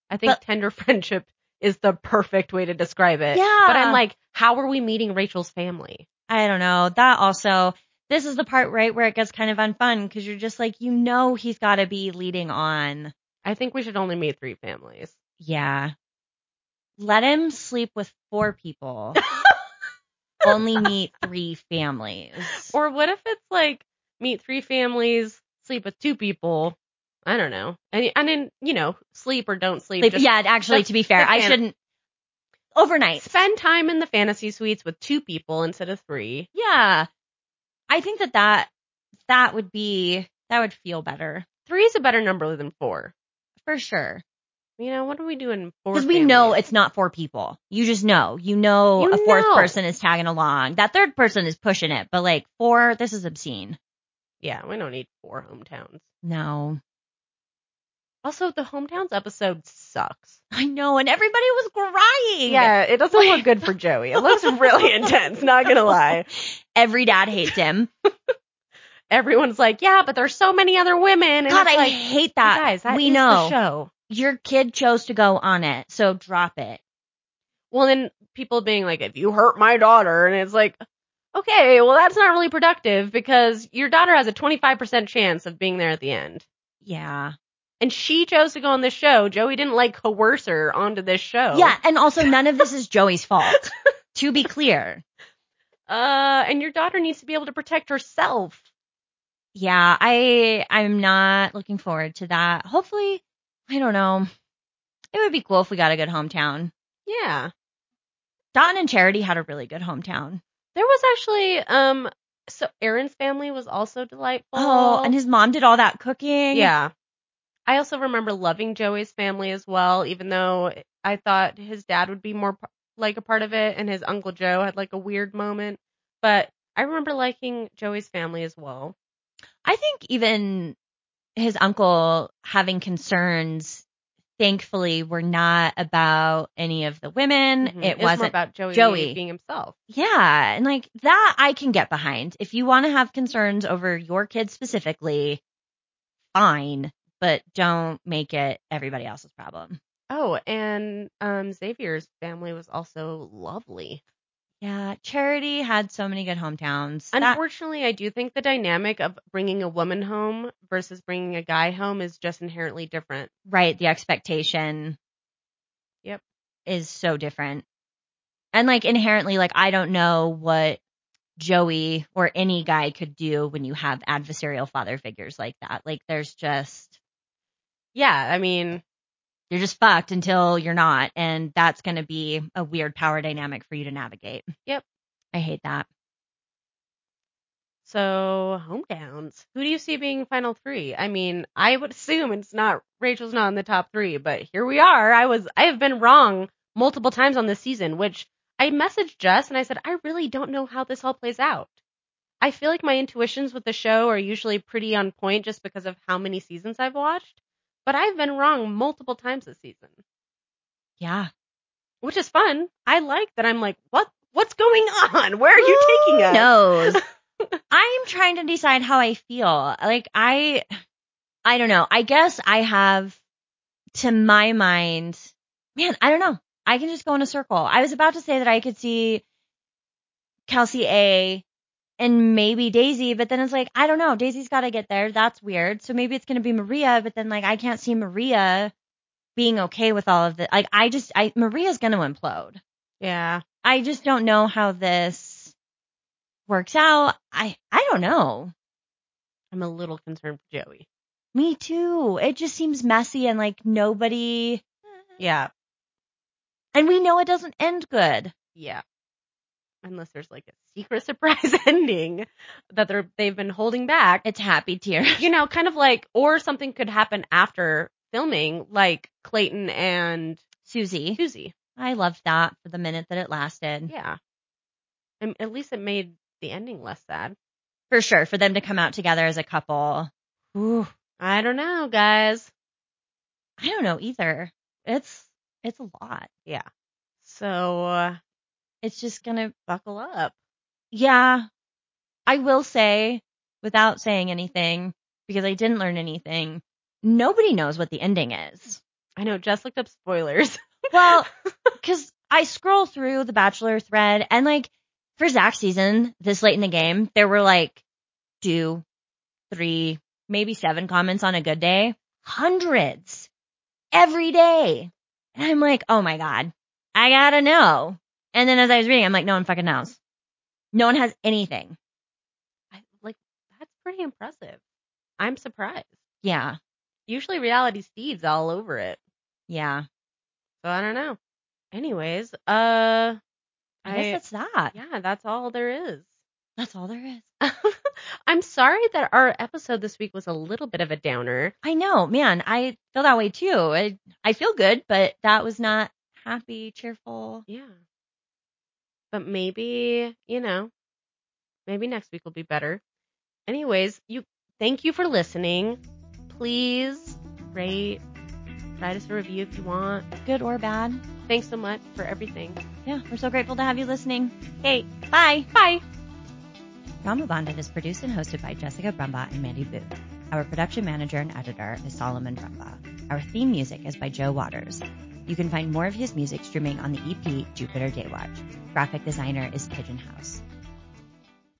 [SPEAKER 2] I think
[SPEAKER 1] But-
[SPEAKER 2] tender friendship is the perfect way to describe it.
[SPEAKER 1] Yeah.
[SPEAKER 2] But I'm like, how are we meeting Rachel's family?
[SPEAKER 1] I don't know. That also, this is the part, right, where it gets kind of unfun because you're just like, you know, he's got to be leading on.
[SPEAKER 2] I think we should only meet three families.
[SPEAKER 1] Yeah. Let him sleep with four people, only meet three families.
[SPEAKER 2] Or what if it's like meet three families, sleep with two people? I don't know. And and then you know, sleep or don't sleep.
[SPEAKER 1] Sleep-
[SPEAKER 2] just
[SPEAKER 1] yeah, actually,
[SPEAKER 2] the-
[SPEAKER 1] to be fair,
[SPEAKER 2] the
[SPEAKER 1] I
[SPEAKER 2] fan-
[SPEAKER 1] shouldn't. Overnight.
[SPEAKER 2] Spend time in the fantasy suites with two people instead of three.
[SPEAKER 1] Yeah. I think that that that would be that would feel better
[SPEAKER 2] Three is a better number than four.
[SPEAKER 1] for sure.
[SPEAKER 2] You know, what are we doing? Four.
[SPEAKER 1] Because we know
[SPEAKER 2] families?
[SPEAKER 1] it's not four people. You just know. You know
[SPEAKER 2] You
[SPEAKER 1] a fourth
[SPEAKER 2] know.
[SPEAKER 1] person is tagging along. That third person is pushing it, but like four, this is obscene.
[SPEAKER 2] yeah, we don't need four hometowns.
[SPEAKER 1] No.
[SPEAKER 2] Also, the hometowns episode sucks.
[SPEAKER 1] I know, and everybody was crying.
[SPEAKER 2] it doesn't look good for Joey. It looks really intense. Not gonna lie.
[SPEAKER 1] Every dad hates him.
[SPEAKER 2] everyone's like, yeah, but there's so many other women. And
[SPEAKER 1] God,
[SPEAKER 2] it's
[SPEAKER 1] I
[SPEAKER 2] like,
[SPEAKER 1] hate that.
[SPEAKER 2] you guys, that
[SPEAKER 1] we
[SPEAKER 2] is the
[SPEAKER 1] know
[SPEAKER 2] show.
[SPEAKER 1] your kid chose to go on it, so drop it.
[SPEAKER 2] Well, then people being like, if you hurt my daughter, and it's like, okay, well, that's not really productive because your daughter has a 25% chance of being there at the end.
[SPEAKER 1] Yeah.
[SPEAKER 2] And she chose to go on this show. Joey didn't like coerce her onto this show.
[SPEAKER 1] Yeah, and also none of this is Joey's fault. to be clear.
[SPEAKER 2] Uh, and your daughter needs to be able to protect herself.
[SPEAKER 1] Yeah, I I'm not looking forward to that. Hopefully, I don't know. It would be cool if we got a good hometown.
[SPEAKER 2] Yeah.
[SPEAKER 1] Don and Charity had a really good hometown.
[SPEAKER 2] There was actually, um, so Aaron's family was also delightful.
[SPEAKER 1] Oh, and his mom did all that cooking.
[SPEAKER 2] Yeah. I also remember loving Joey's family as well, even though I thought his dad would be more p- like a part of it and his uncle Joe had like a weird moment. But I remember liking Joey's family as well.
[SPEAKER 1] I think even his uncle having concerns, thankfully, were not about any of the women.
[SPEAKER 2] Mhm.
[SPEAKER 1] It
[SPEAKER 2] was more
[SPEAKER 1] wasn't.
[SPEAKER 2] about Joey,
[SPEAKER 1] Joey.
[SPEAKER 2] being himself.
[SPEAKER 1] yeah. And like that, I can get behind. If you want to have concerns over your kid specifically, fine, but don't make it everybody else's problem.
[SPEAKER 2] Oh, and um, Xavier's family was also lovely.
[SPEAKER 1] Yeah. Charity had so many good hometowns. That-
[SPEAKER 2] Unfortunately, I do think the dynamic of bringing a woman home versus bringing a guy home is just inherently different.
[SPEAKER 1] right the expectation
[SPEAKER 2] Yep.
[SPEAKER 1] is so different and like inherently like i don't know what joey or any guy could do when you have adversarial father figures like that like there's just
[SPEAKER 2] Yeah, I mean,
[SPEAKER 1] you're just fucked until you're not and that's going to be a weird power dynamic for you to navigate
[SPEAKER 2] Yep.
[SPEAKER 1] i hate that
[SPEAKER 2] So hometowns. Who do you see being final three? I mean, I would assume it's not Rachel's not in the top three, but here we are. I was I have been wrong multiple times on this season, which I messaged Jess and I said, I really don't know how this all plays out. I feel like my intuitions with the show are usually pretty on point just because of how many seasons I've watched, but I've been wrong multiple times this season,
[SPEAKER 1] yeah
[SPEAKER 2] which is fun. I like that I'm like, what what's going on? Where are you taking us?
[SPEAKER 1] Who knows? I'm trying to decide how I feel. Like I I don't know. I guess I have to my mind, man, I don't know. I can just go in a circle. I was about to say that I could see Kelsey A and maybe Daisy, but then it's like, I don't know. Daisy's got to get there. That's weird. So maybe it's going to be Maria, but then like I can't see Maria being okay with all of the like I just I Maria's going to implode.
[SPEAKER 2] Yeah.
[SPEAKER 1] I just don't know how this works out. I I don't know.
[SPEAKER 2] I'm a little concerned for Joey.
[SPEAKER 1] Me too. It just seems messy and like nobody
[SPEAKER 2] Yeah.
[SPEAKER 1] and we know it doesn't end good.
[SPEAKER 2] Yeah. Unless there's like a secret surprise ending that they're they've been holding back.
[SPEAKER 1] It's happy tear.
[SPEAKER 2] You know, kind of like or something could happen after filming, like Clayton and
[SPEAKER 1] Susie.
[SPEAKER 2] Susie.
[SPEAKER 1] I loved that for the minute that it lasted.
[SPEAKER 2] Yeah. And at least it made the ending less sad.
[SPEAKER 1] For sure. For them to come out together as a couple. Ooh.
[SPEAKER 2] I don't know, guys.
[SPEAKER 1] I don't know either. It's it's a lot.
[SPEAKER 2] So uh,
[SPEAKER 1] It's just gonna
[SPEAKER 2] buckle up.
[SPEAKER 1] Yeah. I will say, without saying anything, because I didn't learn anything, nobody knows what the ending is.
[SPEAKER 2] I know Jess looked up spoilers.
[SPEAKER 1] Well, because I scroll through the Bachelor thread and like for Zach's season, this late in the game, there were like two, three, maybe seven comments on a good day, hundreds every day. And I'm like, oh my God, I gotta know. And then as I was reading, I'm like, no one fucking knows. No one has anything.
[SPEAKER 2] I, like that's pretty impressive. I'm surprised.
[SPEAKER 1] Yeah.
[SPEAKER 2] Usually reality Steve's all over it.
[SPEAKER 1] Yeah.
[SPEAKER 2] So I don't know. Anyways, uh,
[SPEAKER 1] I guess that's that.
[SPEAKER 2] yeah, that's all there is.
[SPEAKER 1] That's all there is.
[SPEAKER 2] I'm sorry that our episode this week was a little bit of a downer.
[SPEAKER 1] I know, man. I feel that way too. I, I feel good, but that was not happy, cheerful.
[SPEAKER 2] Yeah. But maybe, you know, maybe next week will be better. Anyways, you thank you for listening. Please rate, write us a review if you want.
[SPEAKER 1] Good or bad.
[SPEAKER 2] Thanks so much for everything.
[SPEAKER 1] Yeah, we're so grateful to have you listening.
[SPEAKER 2] Hey,
[SPEAKER 1] Bye.
[SPEAKER 2] bye.
[SPEAKER 1] Drama Bonded is produced and hosted by Jessica Brumbaugh and Mandy Booth. Our production manager and editor is Solomon Brumbaugh. Our theme music is by Joe Waters. You E can find more of his music streaming on the EP Jupiter Daywatch. Graphic designer is Pigeon House.